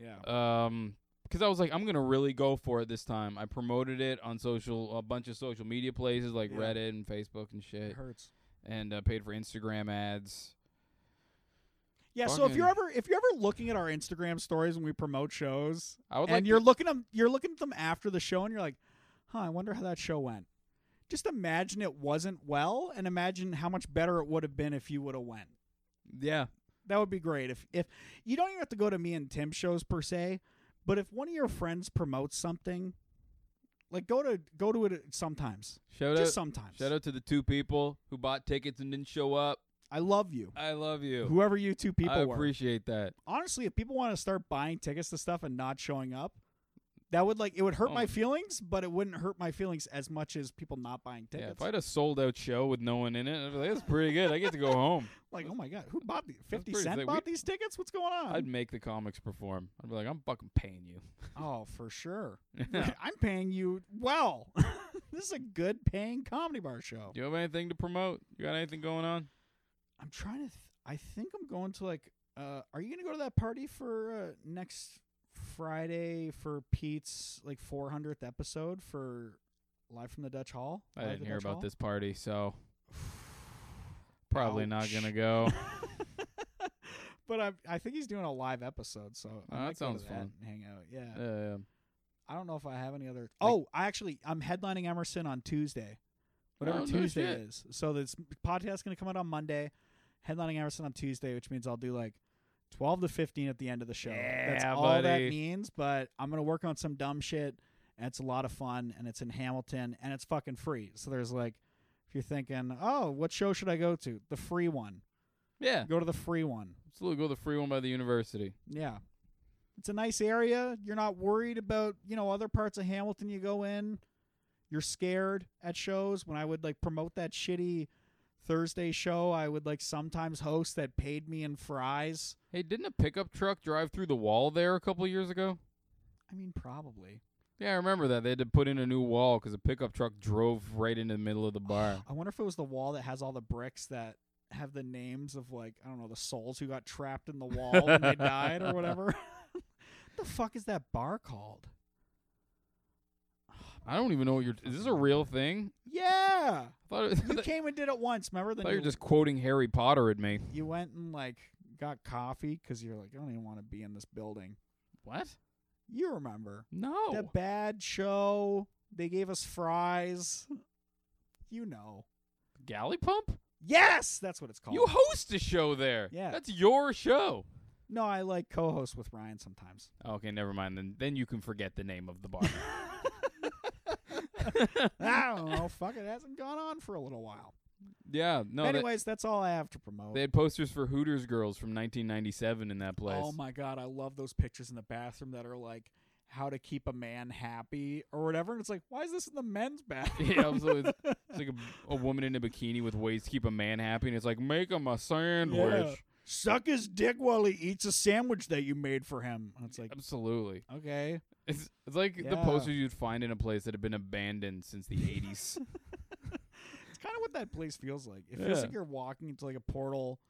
Yeah. Um, because I was like, I'm gonna really go for it this time. I promoted it on social, a bunch of social media places like Yeah. Reddit and Facebook and shit, It hurts. and uh, paid for Instagram ads. Yeah, so if you're fucking- ever if you're ever looking at our Instagram stories when we promote shows, I would and like you're to- looking them you're looking at them after the show and you're like huh i wonder how that show went just imagine it wasn't well and imagine how much better it would have been if you would have went yeah. that would be great if if you don't even have to go to me and tim shows per se but if one of your friends promotes something like go to go to it sometimes Shout out, just sometimes shout out to the two people who bought tickets and didn't show up. i love you I love you. whoever you two people I were appreciate that. honestly if people want to start buying tickets to stuff and not showing up that would like it would hurt Oh. my feelings but it wouldn't hurt my feelings as much as people not buying Yeah, tickets if I had a sold out show with no one in it, I'd be like, that's pretty good. I get to <laughs> go home. like oh my god who bought these 50 pretty cent sick. bought We- these tickets what's going on I'd make the comics perform. I'd be like, I'm fucking paying you. <laughs> oh for sure <laughs> i'm paying you well <laughs> this is a good paying comedy bar show Do you have anything to promote? You got anything going on? i'm trying to th- i think i'm going to like uh are you gonna go to that party for uh, next friday for pete's like 400th episode for live from the dutch hall I Live at didn't the hear Dutch about Hall? <sighs> this party, so probably not Ouch. gonna go. <laughs> but I, I think he's doing a live episode, so I Oh, that might go to sounds fun. and hang out. Yeah. uh, I don't know if I have any other. Oh, I actually I'm headlining Emerson on Tuesday, whatever Oh, no Tuesday shit. is. So this podcast's gonna come out on Monday. Headlining Emerson on Tuesday, which means I'll do like twelve to fifteen at the end of the show. That's Yeah, all that buddy. means. But I'm gonna work on some dumb shit, and it's a lot of fun, and it's in Hamilton, and it's fucking free. So there's like, if you're thinking, oh, what show should I go to? The free one. yeah, Go to the free one. absolutely. Go to the free one by the university. Yeah. It's a nice area. You're not worried about, you know, other parts of Hamilton you go in. You're scared at shows. When I would like promote that shitty Thursday show, I would like sometimes host that paid me in fries. Hey, didn't a pickup truck drive through the wall there a couple years ago? I mean, probably. Yeah, I remember that. They had to put in a new wall because a pickup truck drove right into the middle of <sighs> the bar. I wonder if it was the wall that has all the bricks that have the names of like, I don't know, the souls who got trapped in the wall when they died or <laughs> whatever. the fuck is that bar called? I don't even know what you're. Is this a real thing? Yeah. I thought, it, <laughs> I You thought came and did it once. Remember the you new were just quoting Harry Potter at me. you went and like got coffee because you're like, I don't even want to be in this building. What? You remember No. that bad show? They gave us fries. You know. Galley Pump? Yes, that's what it's called. You host a show there. Yeah. That's your show. no, I like co-host with Ryan <laughs> sometimes. Okay, never mind. Then then you can forget the name of <laughs> the bar. I don't know. Fuck, it hasn't gone on for a little while. yeah. No. that- Anyways, that's all I have to promote. They had posters for Hooters girls from 1997 in that place. Oh my god, I love those pictures in the bathroom that are like how to keep a man happy or whatever. And it's like, why is this in the men's bathroom? <laughs> yeah, <laughs> so it's, it's like a, a woman in a bikini with ways to keep a man happy, and it's like make him a sandwich. Suck his dick while he eats a sandwich that you made for him. And it's like, Absolutely, okay. it's it's like the Yeah. posters you'd find in a place that had been abandoned since the <laughs> 80s. It's kind of what that place feels like. It feels Yeah. like you're walking into like a portal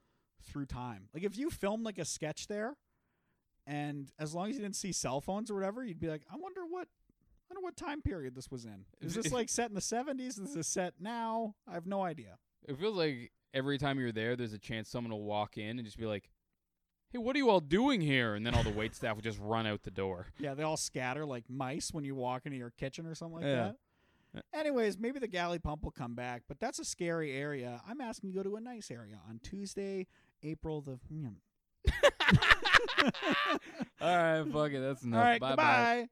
through time. Like if you filmed like a sketch there, and as long as you didn't see cell phones or whatever, you'd be like, I wonder what. I wonder what time period this was in. Is <laughs> this like set in the 70s? Is this set now? I have no idea. it feels like every time you're there, there's a chance someone will walk in and just be like, hey, what are you all doing here? And then all the wait staff would just run out the door. Yeah, they all scatter like mice when you walk into your kitchen or something like Yeah. that. Anyways, maybe the galley pump will come back, but that's a scary area. I'm asking you to go to a nice area on Tuesday, April the. hmm. <laughs> All right, fuck it. That's All enough. right, bye bye. goodbye.